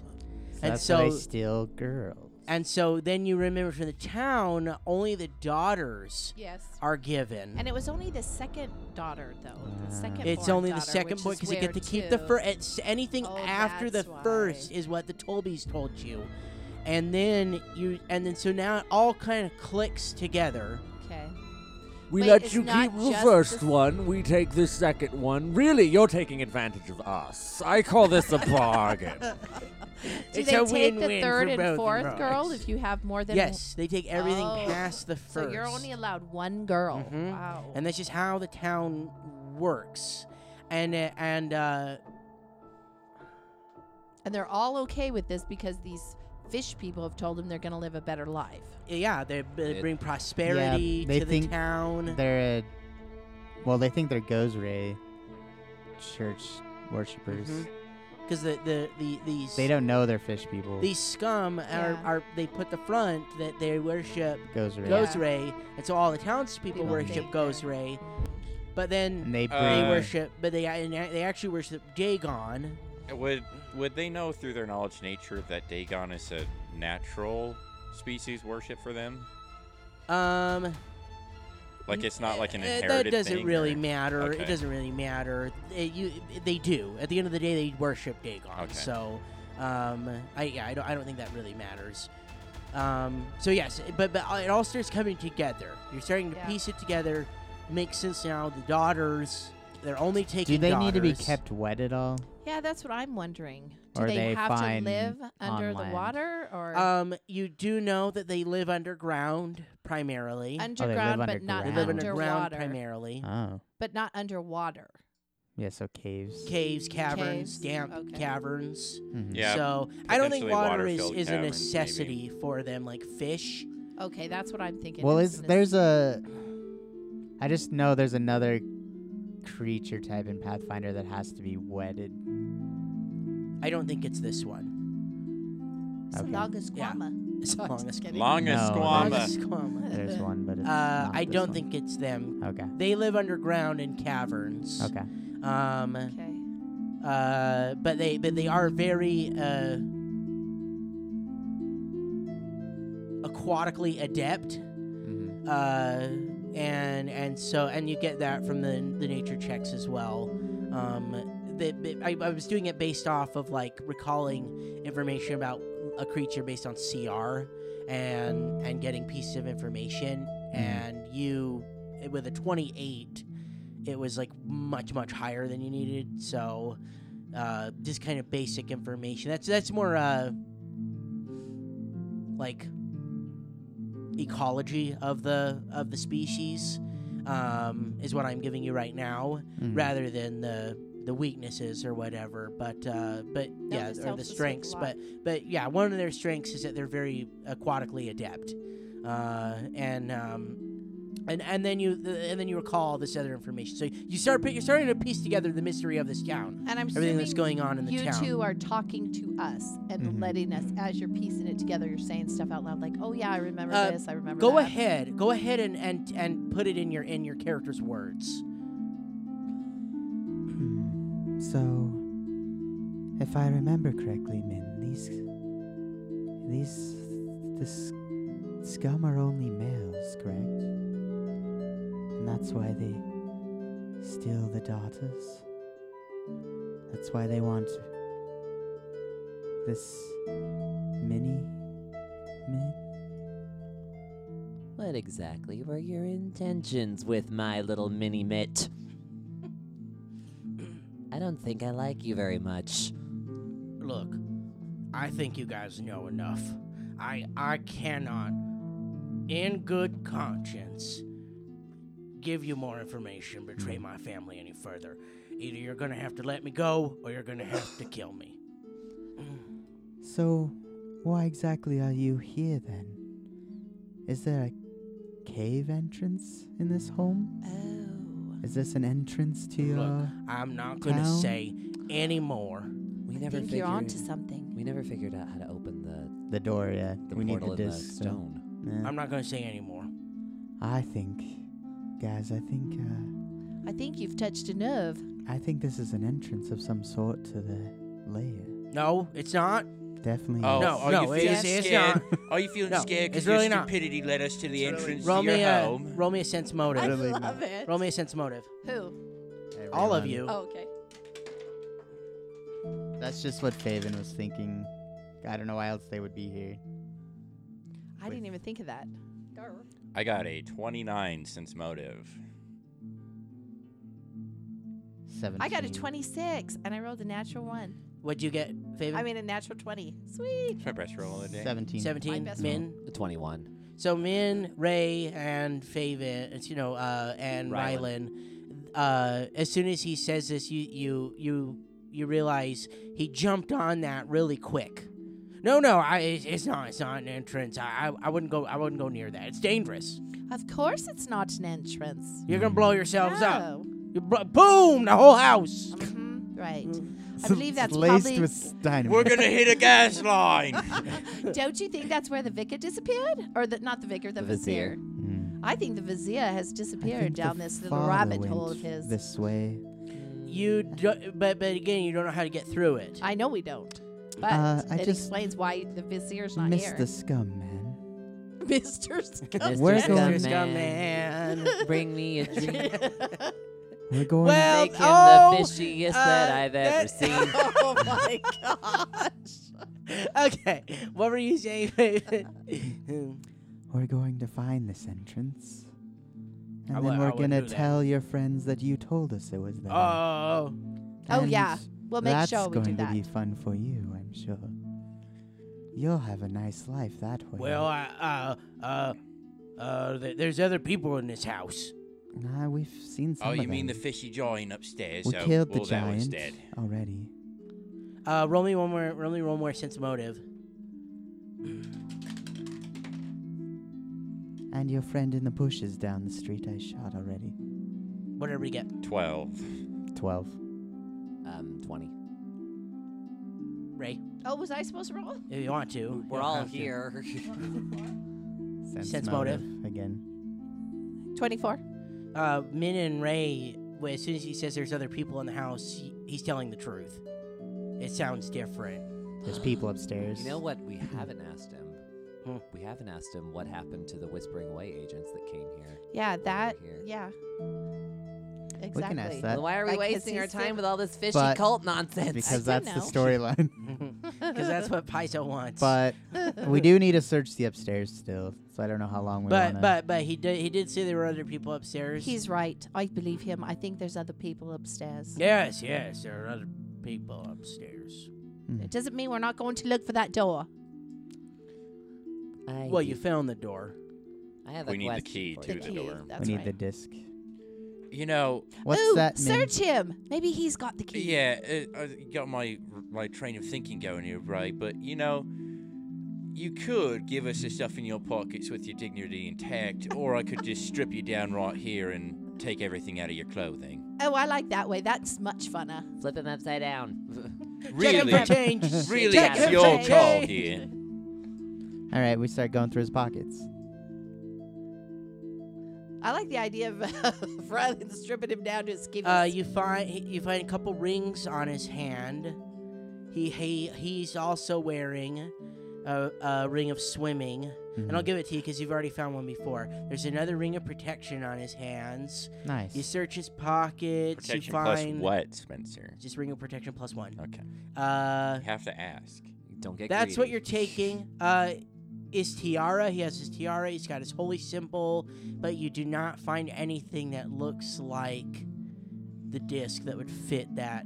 Speaker 7: dear.
Speaker 2: And
Speaker 3: That's what I
Speaker 2: so-
Speaker 3: steal girls.
Speaker 2: And so then you remember from the town, only the daughters
Speaker 4: Yes.
Speaker 2: are given.
Speaker 4: And it was only the second daughter, though. The
Speaker 3: Ah.
Speaker 4: second.
Speaker 2: Uh, it's
Speaker 4: born
Speaker 2: only the
Speaker 4: daughter,
Speaker 2: second
Speaker 4: which
Speaker 2: boy
Speaker 4: is
Speaker 2: because you get to
Speaker 4: weird,
Speaker 2: keep the
Speaker 4: too.
Speaker 2: first. Anything
Speaker 4: Oh,
Speaker 2: after the
Speaker 4: that's why.
Speaker 2: first is what the Tolbies told you, and then you, and then so now it all kind of clicks together.
Speaker 4: Okay.
Speaker 7: We
Speaker 4: Wait,
Speaker 7: let
Speaker 4: it's
Speaker 7: you
Speaker 4: not
Speaker 7: keep the
Speaker 4: just
Speaker 7: first
Speaker 4: the-
Speaker 7: one. We take the second one. Really, you're taking advantage of us. I call this a bargain.
Speaker 4: Do
Speaker 2: It's
Speaker 4: they
Speaker 2: a
Speaker 4: take the
Speaker 2: win-win
Speaker 4: third
Speaker 2: for both
Speaker 4: and
Speaker 2: of
Speaker 4: fourth
Speaker 2: us.
Speaker 4: girl if you have more than?
Speaker 2: yes, they take everything
Speaker 4: Oh.
Speaker 2: past the
Speaker 4: So
Speaker 2: first.
Speaker 4: you're only allowed one girl.
Speaker 2: Mhm.
Speaker 4: Wow.
Speaker 2: and that's just how the town works, and uh, and uh,
Speaker 4: And they're all okay with this because these fish people have told them they're going to live a better life.
Speaker 2: yeah, they, they
Speaker 5: It-
Speaker 2: bring prosperity
Speaker 3: they
Speaker 2: to the
Speaker 3: think
Speaker 2: town.
Speaker 3: They're a, well, they think they're Gozray church worshippers.
Speaker 2: Mm-hmm. because the the the these
Speaker 3: They don't know they're fish people.
Speaker 2: these scum are,
Speaker 4: Yeah.
Speaker 2: are they put the front that they worship
Speaker 3: Gozray.
Speaker 4: Go-
Speaker 2: Gozray, and so all the townspeople
Speaker 4: People
Speaker 2: worship
Speaker 4: think that.
Speaker 2: Gozray, but then
Speaker 3: And they
Speaker 2: they
Speaker 6: Uh,
Speaker 3: bring
Speaker 2: worship, but they and they actually worship Dagon.
Speaker 6: Would would they know through their knowledge nature that Dagon is a natural species worship for them?
Speaker 2: Um,
Speaker 6: Like it's not like an
Speaker 2: uh,
Speaker 6: inherited
Speaker 2: That doesn't
Speaker 6: thing
Speaker 2: really
Speaker 6: or-
Speaker 2: matter. It
Speaker 6: Okay.
Speaker 2: doesn't really matter. They, you, they do. At the end of the day, they worship Dagon.
Speaker 6: Okay.
Speaker 2: So, um, I yeah, I don't, I don't think that really matters. Um, so yes, but but it all starts coming together. You're starting to
Speaker 4: Yeah.
Speaker 2: piece it together. Makes sense now. The daughters, they're only taking.
Speaker 3: Do they need to be
Speaker 2: daughters.
Speaker 3: kept wet at all?
Speaker 4: Yeah, that's what I'm wondering. Do
Speaker 3: Or
Speaker 4: they,
Speaker 3: they
Speaker 4: have to
Speaker 3: find
Speaker 4: live
Speaker 3: on
Speaker 4: under the
Speaker 3: land.
Speaker 4: water or
Speaker 2: Um, you do know that they live underground primarily.
Speaker 4: underground, but not
Speaker 2: Oh, they
Speaker 3: underground.
Speaker 2: live underground
Speaker 4: underwater,
Speaker 2: primarily.
Speaker 3: Oh,
Speaker 4: but not underwater?
Speaker 3: yeah. So caves.
Speaker 2: Caves, caverns,
Speaker 4: Caves,
Speaker 2: damp
Speaker 4: okay.
Speaker 2: caverns.
Speaker 3: Mhm.
Speaker 6: Yeah,
Speaker 2: So I don't think
Speaker 6: potentially
Speaker 2: water is,
Speaker 6: water-filled
Speaker 2: is a
Speaker 6: caverns, maybe.
Speaker 2: necessity for them, like fish.
Speaker 4: Okay, that's what I'm thinking.
Speaker 3: Well,
Speaker 4: it's
Speaker 3: is
Speaker 4: an
Speaker 3: there's a? I just know there's another creature type in Pathfinder that has to be wetted.
Speaker 2: I don't think it's this one.
Speaker 3: Okay.
Speaker 4: Salagas
Speaker 2: Yeah.
Speaker 4: Guama.
Speaker 2: As
Speaker 4: I'm
Speaker 2: long
Speaker 4: just
Speaker 2: as
Speaker 4: kidding.
Speaker 6: Long as
Speaker 3: No,
Speaker 2: long
Speaker 6: Squama.
Speaker 2: as Squama.
Speaker 3: There's one, but it's
Speaker 2: Uh,
Speaker 3: not
Speaker 2: I
Speaker 3: this
Speaker 2: don't
Speaker 3: one.
Speaker 2: think it's them.
Speaker 3: Okay.
Speaker 2: They live underground in caverns.
Speaker 3: Okay.
Speaker 2: Um,
Speaker 4: Okay.
Speaker 2: uh, but they but they are very uh, aquatically adept.
Speaker 3: Mhm.
Speaker 2: uh, and and so and you get that from the the nature checks as well. Um, the, the- I, I was doing it based off of like recalling information about a creature based on CR and and getting pieces of information and you with a 28 it was like much much higher than you needed so uh, just kind of basic information that's that's more uh, like ecology of the of the species um, is what I'm giving you right now,
Speaker 3: Mhm.
Speaker 2: rather than the the weaknesses or whatever. But uh, but yeah,
Speaker 4: this
Speaker 2: or
Speaker 4: helps
Speaker 2: the
Speaker 4: us with a
Speaker 2: strengths.
Speaker 4: lot.
Speaker 2: But but yeah, one of their strengths is that they're very aquatically adept, uh, and um, and and then you and then you recall all this other information. So you start you're starting to piece together the mystery of this town,
Speaker 4: And I'm
Speaker 2: everything that's
Speaker 4: assuming
Speaker 2: going on in the
Speaker 4: you
Speaker 2: town.
Speaker 4: two are talking to us and
Speaker 3: Mhm.
Speaker 4: letting us as you're piecing it together. You're saying stuff out loud like, "Oh yeah, I remember
Speaker 2: Uh,
Speaker 4: this. I remember."
Speaker 2: Go
Speaker 4: that.
Speaker 2: ahead, go ahead and, and and put it in your in your character's words.
Speaker 3: Hmm. So, if I remember correctly, Min, these these the sc- scum are only males, correct? And that's why they steal the daughters. That's why they want this mini Min.
Speaker 5: What exactly were your intentions with my little mini mitt? I don't think I like you very much.
Speaker 2: Look, I think you guys know enough. I I cannot, in good conscience, give you more information, betray my family any further. Either you're gonna have to let me go, or you're gonna have to kill me.
Speaker 3: So, why exactly are you here then? Is there a cave entrance in this home?
Speaker 4: Oh.
Speaker 3: Is this an entrance to your.
Speaker 2: Look, I'm not gonna
Speaker 3: Town?
Speaker 2: say any more.
Speaker 5: We
Speaker 4: I
Speaker 5: never
Speaker 4: think
Speaker 5: figured.
Speaker 4: you're onto something.
Speaker 5: we never figured out how to open the,
Speaker 3: the door, yeah.
Speaker 5: the
Speaker 3: we need
Speaker 5: portal
Speaker 3: the
Speaker 5: in the
Speaker 3: disc. so-
Speaker 5: stone.
Speaker 3: Yeah.
Speaker 2: I'm not gonna say any more.
Speaker 3: I think, guys, I think, uh,
Speaker 4: I think you've touched a nerve.
Speaker 3: I think this is an entrance of some sort to the lair.
Speaker 2: No, it's not.
Speaker 3: definitely.
Speaker 6: Oh,
Speaker 3: is.
Speaker 2: No,
Speaker 6: are
Speaker 2: no,
Speaker 6: you
Speaker 2: it
Speaker 6: feeling
Speaker 2: is- it's
Speaker 6: scared?
Speaker 2: not.
Speaker 6: Are you feeling
Speaker 2: No,
Speaker 6: scared
Speaker 2: it's
Speaker 6: because
Speaker 2: really
Speaker 6: your
Speaker 2: not.
Speaker 6: stupidity led us to the entrance
Speaker 2: Roll
Speaker 6: to your
Speaker 2: me a
Speaker 6: home?
Speaker 2: roll me a sense
Speaker 4: I
Speaker 2: motive.
Speaker 3: Really
Speaker 4: love
Speaker 3: not.
Speaker 4: it.
Speaker 2: Roll me a sense motive.
Speaker 4: Who?
Speaker 2: All of
Speaker 3: Everyone.
Speaker 2: you.
Speaker 4: Oh, okay.
Speaker 3: That's just what Faven was thinking. I don't know why else they would be here.
Speaker 4: I didn't even think of that.
Speaker 6: I got a 29 since motive.
Speaker 3: Seven.
Speaker 4: I got a 26 and I rolled a natural one.
Speaker 2: What'd you get, Faven?
Speaker 4: I mean, a natural 20. Sweet.
Speaker 6: That's my best roll of the day.
Speaker 3: Seventeen.
Speaker 4: My
Speaker 2: seventeen.
Speaker 4: best
Speaker 2: Min.
Speaker 7: Twenty-one.
Speaker 2: So Min, Ray, and Faven, it's, you know, uh, and Rylan. Uh, as soon as he says this, you you you you realize he jumped on that really quick. No, no, I it's it's not it's not an entrance. I, I I wouldn't go I wouldn't go near that. It's dangerous.
Speaker 4: Of course, it's not an entrance.
Speaker 2: You're gonna blow yourselves up.
Speaker 4: No.
Speaker 2: You bro- boom, the whole house.
Speaker 4: Mhm, Right.
Speaker 3: It's
Speaker 4: I believe that's
Speaker 3: Mm. laced
Speaker 4: probably-
Speaker 3: with dynamite.
Speaker 6: We're gonna hit a gas line.
Speaker 4: Don't you think that's where the vicar disappeared? Or the, not the vicar, the,
Speaker 7: The vizier.
Speaker 4: vizier.
Speaker 3: Mm.
Speaker 4: I think the vizier has
Speaker 3: I think
Speaker 4: disappeared
Speaker 3: the
Speaker 4: down this little
Speaker 3: father
Speaker 4: rabbit
Speaker 3: went
Speaker 4: hole of his.
Speaker 3: This way.
Speaker 2: You do, but but again, you don't know how to get through it.
Speaker 4: I know we don't. But
Speaker 3: Uh, I
Speaker 4: it
Speaker 3: just
Speaker 4: explains why the vizier's not
Speaker 3: Miss
Speaker 4: here.
Speaker 3: the scum, man.
Speaker 4: Mr. Scum.
Speaker 3: We're
Speaker 7: Mr.
Speaker 3: going-
Speaker 2: There's man.
Speaker 7: Bring me a drink.
Speaker 3: We're going.
Speaker 2: Well,
Speaker 7: Making
Speaker 2: oh,
Speaker 7: the fishiest that
Speaker 2: uh,
Speaker 7: I've ever
Speaker 2: that-
Speaker 7: seen.
Speaker 4: oh my gosh.
Speaker 2: okay. What were you saying, Faven?
Speaker 3: We're going to find this entrance. And
Speaker 2: I
Speaker 3: then
Speaker 2: wou- I
Speaker 3: we're
Speaker 2: wouldn't
Speaker 3: gonna
Speaker 2: do that.
Speaker 3: tell your friends that you told us it was there.
Speaker 2: oh,
Speaker 4: Oh,
Speaker 3: And
Speaker 4: yeah. We'll make
Speaker 3: that's
Speaker 4: sure we
Speaker 3: going
Speaker 4: do
Speaker 3: to
Speaker 4: that.
Speaker 3: be fun for you, I'm sure. You'll have a nice life that way.
Speaker 2: well, I, uh, uh, uh, th- there's other people in this house.
Speaker 3: nah, Ah, we've seen some.
Speaker 6: oh,
Speaker 3: of
Speaker 6: you mean the
Speaker 3: them.
Speaker 6: fishy giant upstairs?
Speaker 3: We
Speaker 6: oh,
Speaker 3: killed
Speaker 6: well,
Speaker 3: the
Speaker 6: that one's
Speaker 3: giant
Speaker 6: dead.
Speaker 3: already.
Speaker 2: Uh, roll me one more. Roll me one more sense of motive.
Speaker 3: And your friend in the bushes down the street I shot already.
Speaker 2: Whatever you get.
Speaker 6: Twelve.
Speaker 3: Twelve.
Speaker 7: Um, twenty.
Speaker 2: Ray,
Speaker 4: Oh, was I supposed to roll?
Speaker 2: if you want to.
Speaker 7: We're
Speaker 2: You'll
Speaker 7: all
Speaker 2: have to.
Speaker 7: here.
Speaker 3: Sense,
Speaker 2: Sense
Speaker 3: motive.
Speaker 2: motive.
Speaker 3: Again.
Speaker 4: 24.
Speaker 2: Uh, Min and Ray. well, As soon as he says there's other people in the house, he- he's telling the truth. It sounds different.
Speaker 3: There's people upstairs.
Speaker 7: You know what? We haven't asked him.
Speaker 2: Hmm.
Speaker 7: We haven't asked him what happened to the Whispering Way agents that came here.
Speaker 4: Yeah, that.
Speaker 7: here.
Speaker 4: Yeah. Exactly.
Speaker 3: We can ask that.
Speaker 7: Then why are we
Speaker 4: Like, 'cause
Speaker 7: wasting our
Speaker 4: he's
Speaker 7: time
Speaker 4: in-
Speaker 7: with all this fishy
Speaker 3: But-
Speaker 7: cult nonsense?
Speaker 3: because
Speaker 4: I don't
Speaker 3: that's the
Speaker 4: know.
Speaker 3: storyline.
Speaker 2: Because that's what Paizo wants.
Speaker 3: but we do need to search the upstairs still, so I don't know how long we
Speaker 2: but
Speaker 3: wanna.
Speaker 2: but but he did he did say there were other people upstairs.
Speaker 4: He's right. I believe him. I think there's other people upstairs.
Speaker 2: yes yes there are other people upstairs.
Speaker 3: Hmm.
Speaker 4: It doesn't mean we're not going to look for that door.
Speaker 7: I
Speaker 2: Well, you found the door.
Speaker 7: I have
Speaker 6: We
Speaker 7: a
Speaker 6: need the
Speaker 7: question
Speaker 6: key
Speaker 7: for
Speaker 6: to
Speaker 4: the
Speaker 7: you.
Speaker 6: the
Speaker 4: key.
Speaker 6: door.
Speaker 4: That's
Speaker 3: we need
Speaker 4: right.
Speaker 3: the disc.
Speaker 6: You know,
Speaker 3: What's
Speaker 4: Ooh,
Speaker 3: that? Min?
Speaker 4: search him. Maybe he's got the key.
Speaker 6: yeah, uh, I got my my train of thinking going here, Ray. But you know, you could give us the stuff in your pockets with your dignity intact, or I could just strip you down right here and take everything out of your clothing.
Speaker 4: Oh, I like that way. That's much funner.
Speaker 7: Flip him upside down.
Speaker 2: Check
Speaker 6: Really,
Speaker 2: him for change.
Speaker 6: really,
Speaker 2: Check
Speaker 6: it's
Speaker 2: him
Speaker 6: your
Speaker 2: for
Speaker 6: call,
Speaker 2: change.
Speaker 6: dear.
Speaker 3: All right, we start going through his pockets.
Speaker 4: I like the idea of Rylan stripping him down to his skivvies.
Speaker 2: Uh, you find you find a couple rings on his hand. He he he's also wearing a, a ring of swimming, and I'll give it to you because you've already found one before. There's another ring of protection on his hands.
Speaker 3: Nice.
Speaker 2: You search his pockets.
Speaker 6: Protection
Speaker 2: you
Speaker 6: plus
Speaker 2: find
Speaker 6: what, Spencer?
Speaker 2: Just ring of protection plus one.
Speaker 6: Okay,
Speaker 2: Uh,
Speaker 6: you have to ask.
Speaker 7: Don't get
Speaker 2: that's what
Speaker 7: greedy.
Speaker 2: you're taking. Uh, is tiara? He has his tiara. He's got his holy symbol, but you do not find anything that looks like the disc that would fit that.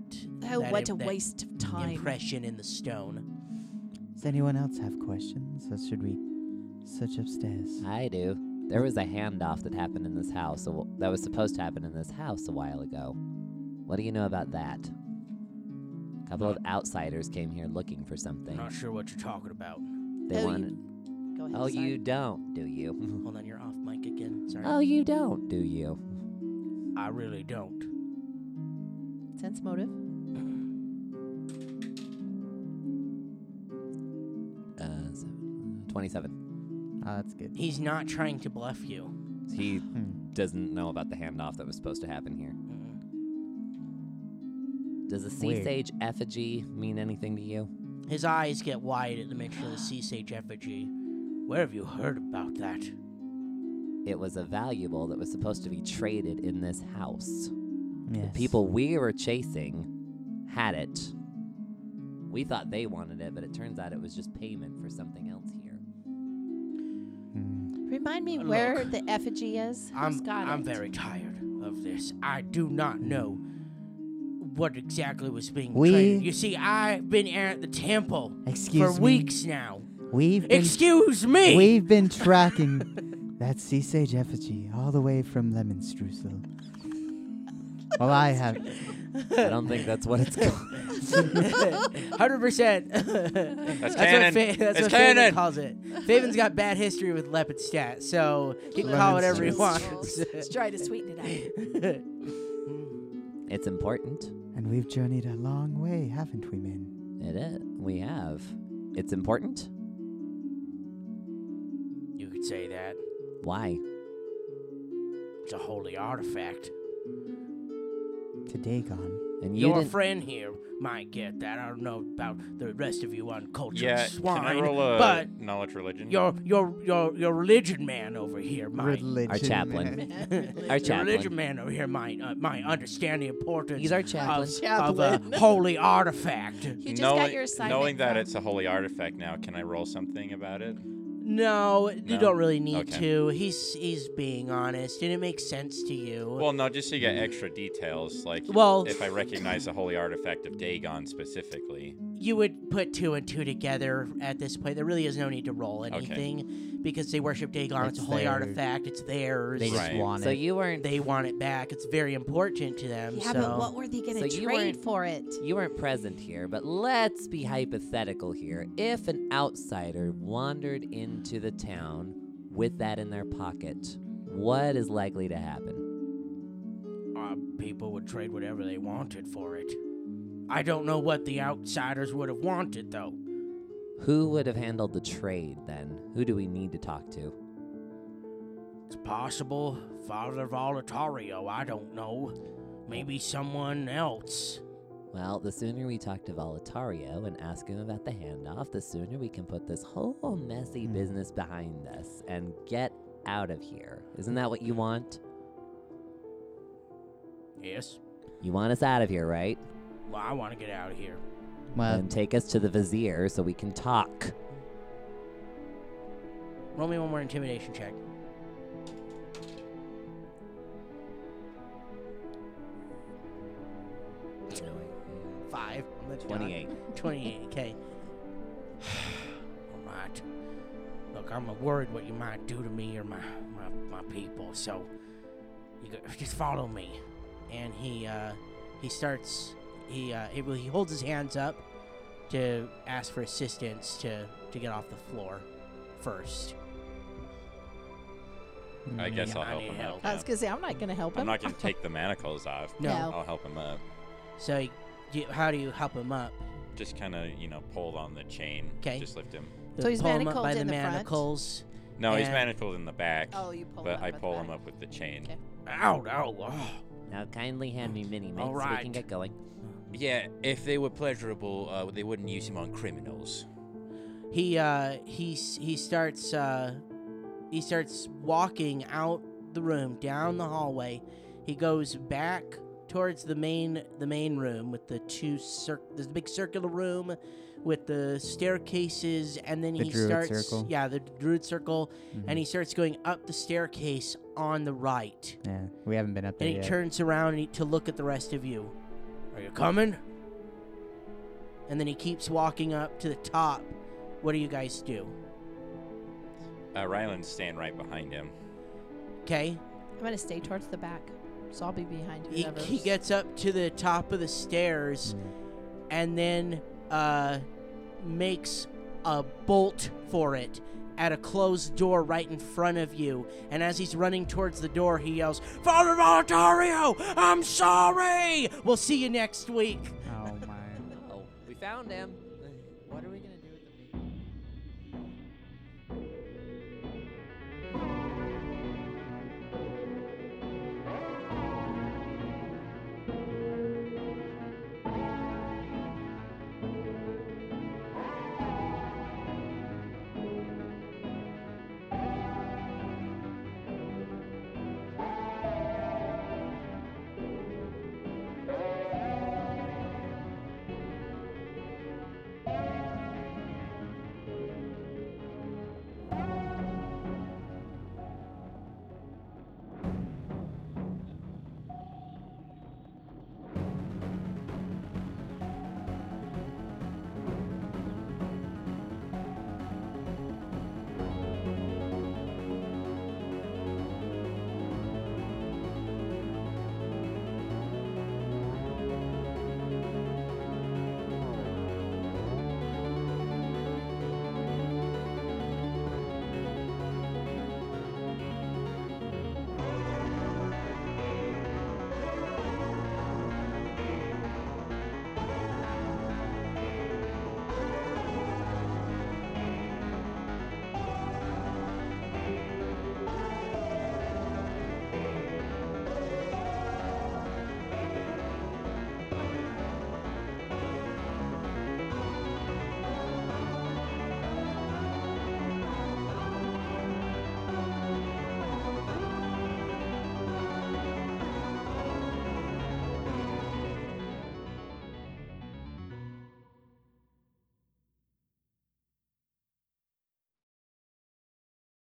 Speaker 4: oh,
Speaker 2: that
Speaker 4: what
Speaker 2: im-
Speaker 4: a
Speaker 2: that
Speaker 4: waste of time.
Speaker 2: Impression in the stone.
Speaker 3: Does anyone else have questions, or should we search upstairs?
Speaker 2: Ah.
Speaker 7: I do. There was a handoff that happened in this house, a wh- that was supposed to happen in this house a while ago. What do you know about that? A couple of outsiders came here looking for something.
Speaker 2: Not sure what you're talking about.
Speaker 7: They
Speaker 4: Oh, you-
Speaker 7: wanted.
Speaker 4: Go ahead.
Speaker 7: Oh,
Speaker 4: sorry.
Speaker 7: you don't, do you?
Speaker 2: Hold on, you're off mic again. Sorry.
Speaker 7: oh, you don't, do you?
Speaker 2: I really don't.
Speaker 4: Sense motive.
Speaker 7: Uh, seven- 27.
Speaker 3: Oh, that's good.
Speaker 2: He's not trying to bluff you.
Speaker 7: He
Speaker 3: Hmm.
Speaker 7: doesn't know about the handoff that was supposed to happen here.
Speaker 2: Mm.
Speaker 7: Does the sea
Speaker 3: Weird.
Speaker 7: sage effigy mean anything to you?
Speaker 2: His eyes get wide at the mention of the sea sage effigy. Where have you heard about that?
Speaker 7: It was a valuable that was supposed to be traded in this house.
Speaker 3: Yes.
Speaker 7: People we were chasing had it. We thought they wanted it, but it turns out it was just payment for something else here.
Speaker 3: Mm.
Speaker 4: Remind
Speaker 2: Uh,
Speaker 4: me
Speaker 2: Look.
Speaker 4: where the effigy is. Who's
Speaker 2: I'm
Speaker 4: got
Speaker 2: I'm
Speaker 4: it?
Speaker 2: very tired of this. I do not know what exactly was being
Speaker 3: We-
Speaker 2: traded. You see, I've been at the temple
Speaker 3: Excuse
Speaker 2: for
Speaker 3: me.
Speaker 2: weeks now.
Speaker 3: We've been
Speaker 2: Excuse me.
Speaker 3: We've been tracking that sea sage effigy all the way from Lemon Streusel. Well, I have.
Speaker 7: I don't think that's what it's called.
Speaker 2: Hundred percent. That's
Speaker 6: canon.
Speaker 2: What Fa- that's
Speaker 6: It's
Speaker 2: what Faven
Speaker 6: canon.
Speaker 2: calls it. Faven's got bad history with leopard stat, so he can call
Speaker 3: Lemon
Speaker 2: whatever he
Speaker 3: juice.
Speaker 2: wants.
Speaker 4: Let's try to sweeten it up.
Speaker 7: It's important.
Speaker 3: And we've journeyed a long way, haven't we, men?
Speaker 7: It is. We have. It's important.
Speaker 2: you could say that
Speaker 7: Why?
Speaker 2: it's a holy artifact.
Speaker 3: Today gone.
Speaker 7: And you
Speaker 2: Your
Speaker 7: didn't.
Speaker 2: friend here might get that. I don't know about the rest of you uncultured
Speaker 6: Yeah,
Speaker 2: swine,
Speaker 6: can I roll a
Speaker 2: but
Speaker 6: knowledge religion?
Speaker 2: your your your your religion man over here might.
Speaker 3: Religion.
Speaker 7: Our chaplain.
Speaker 3: man.
Speaker 7: Our
Speaker 2: Your religion
Speaker 7: chaplain.
Speaker 2: man over here might uh, might understand the importance
Speaker 7: He's our
Speaker 2: of,
Speaker 7: chaplain.
Speaker 2: of a
Speaker 4: Chaplain.
Speaker 2: holy artifact.
Speaker 4: You just
Speaker 6: knowing,
Speaker 4: got your assignment.
Speaker 6: knowing that
Speaker 4: from-
Speaker 6: it's a holy artifact now, can I roll something about it?
Speaker 2: No, you
Speaker 6: No?
Speaker 2: don't really need
Speaker 6: Okay.
Speaker 2: to. He's he's being honest, and it makes sense to you.
Speaker 6: Well, no, just so you get extra details, like
Speaker 2: Well-
Speaker 6: if I recognize a holy artifact of Dagon specifically.
Speaker 2: you would put two and two together at this point. There really is no need to roll
Speaker 6: Okay.
Speaker 2: anything because they worship Dagon. It's, a
Speaker 3: It's
Speaker 2: holy
Speaker 3: theirs.
Speaker 2: artifact. It's theirs.
Speaker 3: They just
Speaker 6: Right.
Speaker 3: want
Speaker 7: So
Speaker 3: it.
Speaker 7: you weren't.
Speaker 2: They want it back. It's very important to them.
Speaker 4: Yeah,
Speaker 2: so
Speaker 4: but what were they going
Speaker 7: So
Speaker 4: to
Speaker 7: you
Speaker 4: trade
Speaker 7: weren't-
Speaker 4: for it?
Speaker 7: You weren't present here, but let's be hypothetical here. If an outsider wandered into the town with that in their pocket, what is likely to happen?
Speaker 2: uh, people would trade whatever they wanted for it. I don't know what the outsiders would have wanted though.
Speaker 7: Who would have handled the trade then? Who do we need to talk to?
Speaker 2: It's possible Father Volatario. I don't know. Maybe someone else.
Speaker 7: Well, the sooner we talk to Volatario and ask him about the handoff, the sooner we can put this whole messy
Speaker 3: Hmm.
Speaker 7: business behind us and get out of here. Isn't that what you want?
Speaker 2: Yes.
Speaker 7: You want us out of here, right?
Speaker 2: Well, I want to get out of here.
Speaker 3: Well,
Speaker 7: then take us to the vizier so we can talk.
Speaker 2: Roll me one more intimidation check. Five. on the dot.
Speaker 7: 28.
Speaker 2: 28, okay. All right. Look, I'm worried what you might do to me or my, my, my people, so you go, just follow me. And he uh, he starts he uh, he, well, he holds his hands up to ask for assistance to to get off the floor first.
Speaker 6: I guess
Speaker 2: Yeah,
Speaker 6: I'll
Speaker 2: I
Speaker 6: help
Speaker 2: need
Speaker 6: him
Speaker 2: help.
Speaker 6: up.
Speaker 4: I
Speaker 6: yeah.
Speaker 4: was going to say, I'm not going to help him.
Speaker 6: I'm not going to take the manacles off.
Speaker 2: No.
Speaker 4: No.
Speaker 6: I'll help him up.
Speaker 2: So you- you, how do you help him up?
Speaker 6: Just kind of, you know, pull on the chain.
Speaker 2: 'Kay.
Speaker 6: Just lift him.
Speaker 4: So he's
Speaker 2: Pull him up
Speaker 4: manacled
Speaker 2: by
Speaker 4: in
Speaker 2: the
Speaker 4: the front?
Speaker 2: manacles.
Speaker 6: No, he's
Speaker 2: And-
Speaker 6: manacled in the back.
Speaker 4: Oh, you pull
Speaker 6: but
Speaker 4: him
Speaker 6: I
Speaker 4: up at
Speaker 6: pull
Speaker 4: the
Speaker 6: him
Speaker 4: back.
Speaker 6: up with the chain.
Speaker 4: Okay.
Speaker 2: Ow, ow, oh.
Speaker 7: Now kindly hand me Minnie Mate so we
Speaker 2: Alright.
Speaker 7: can get going.
Speaker 6: Yeah, if they were pleasurable, uh, they wouldn't use him on criminals.
Speaker 2: he uh he s- he starts uh he starts walking out the room down the hallway he goes back towards the main the main room with the two cir- this big circular room with the staircases and then
Speaker 3: The
Speaker 2: he
Speaker 3: druid
Speaker 2: starts
Speaker 3: circle.
Speaker 2: yeah the druid circle and
Speaker 3: mhm.
Speaker 2: he starts going up the staircase on the right
Speaker 3: Yeah, we haven't been up there
Speaker 2: and he
Speaker 3: yet.
Speaker 2: turns around and he, to look at the rest of you. Are you coming? And then he keeps walking up to the top. What do you guys do?
Speaker 6: Uh, Ryland's standing right behind him.
Speaker 2: Okay.
Speaker 4: I'm going to stay towards the back. So I'll be behind
Speaker 2: He,
Speaker 4: whoever.
Speaker 2: he gets up to the top of the stairs and then uh, makes a bolt for it at a closed door right in front of you. And as he's running towards the door, he yells, Father Volatario, I'm sorry! We'll see you next week.
Speaker 3: Oh my.
Speaker 7: Oh, we found him.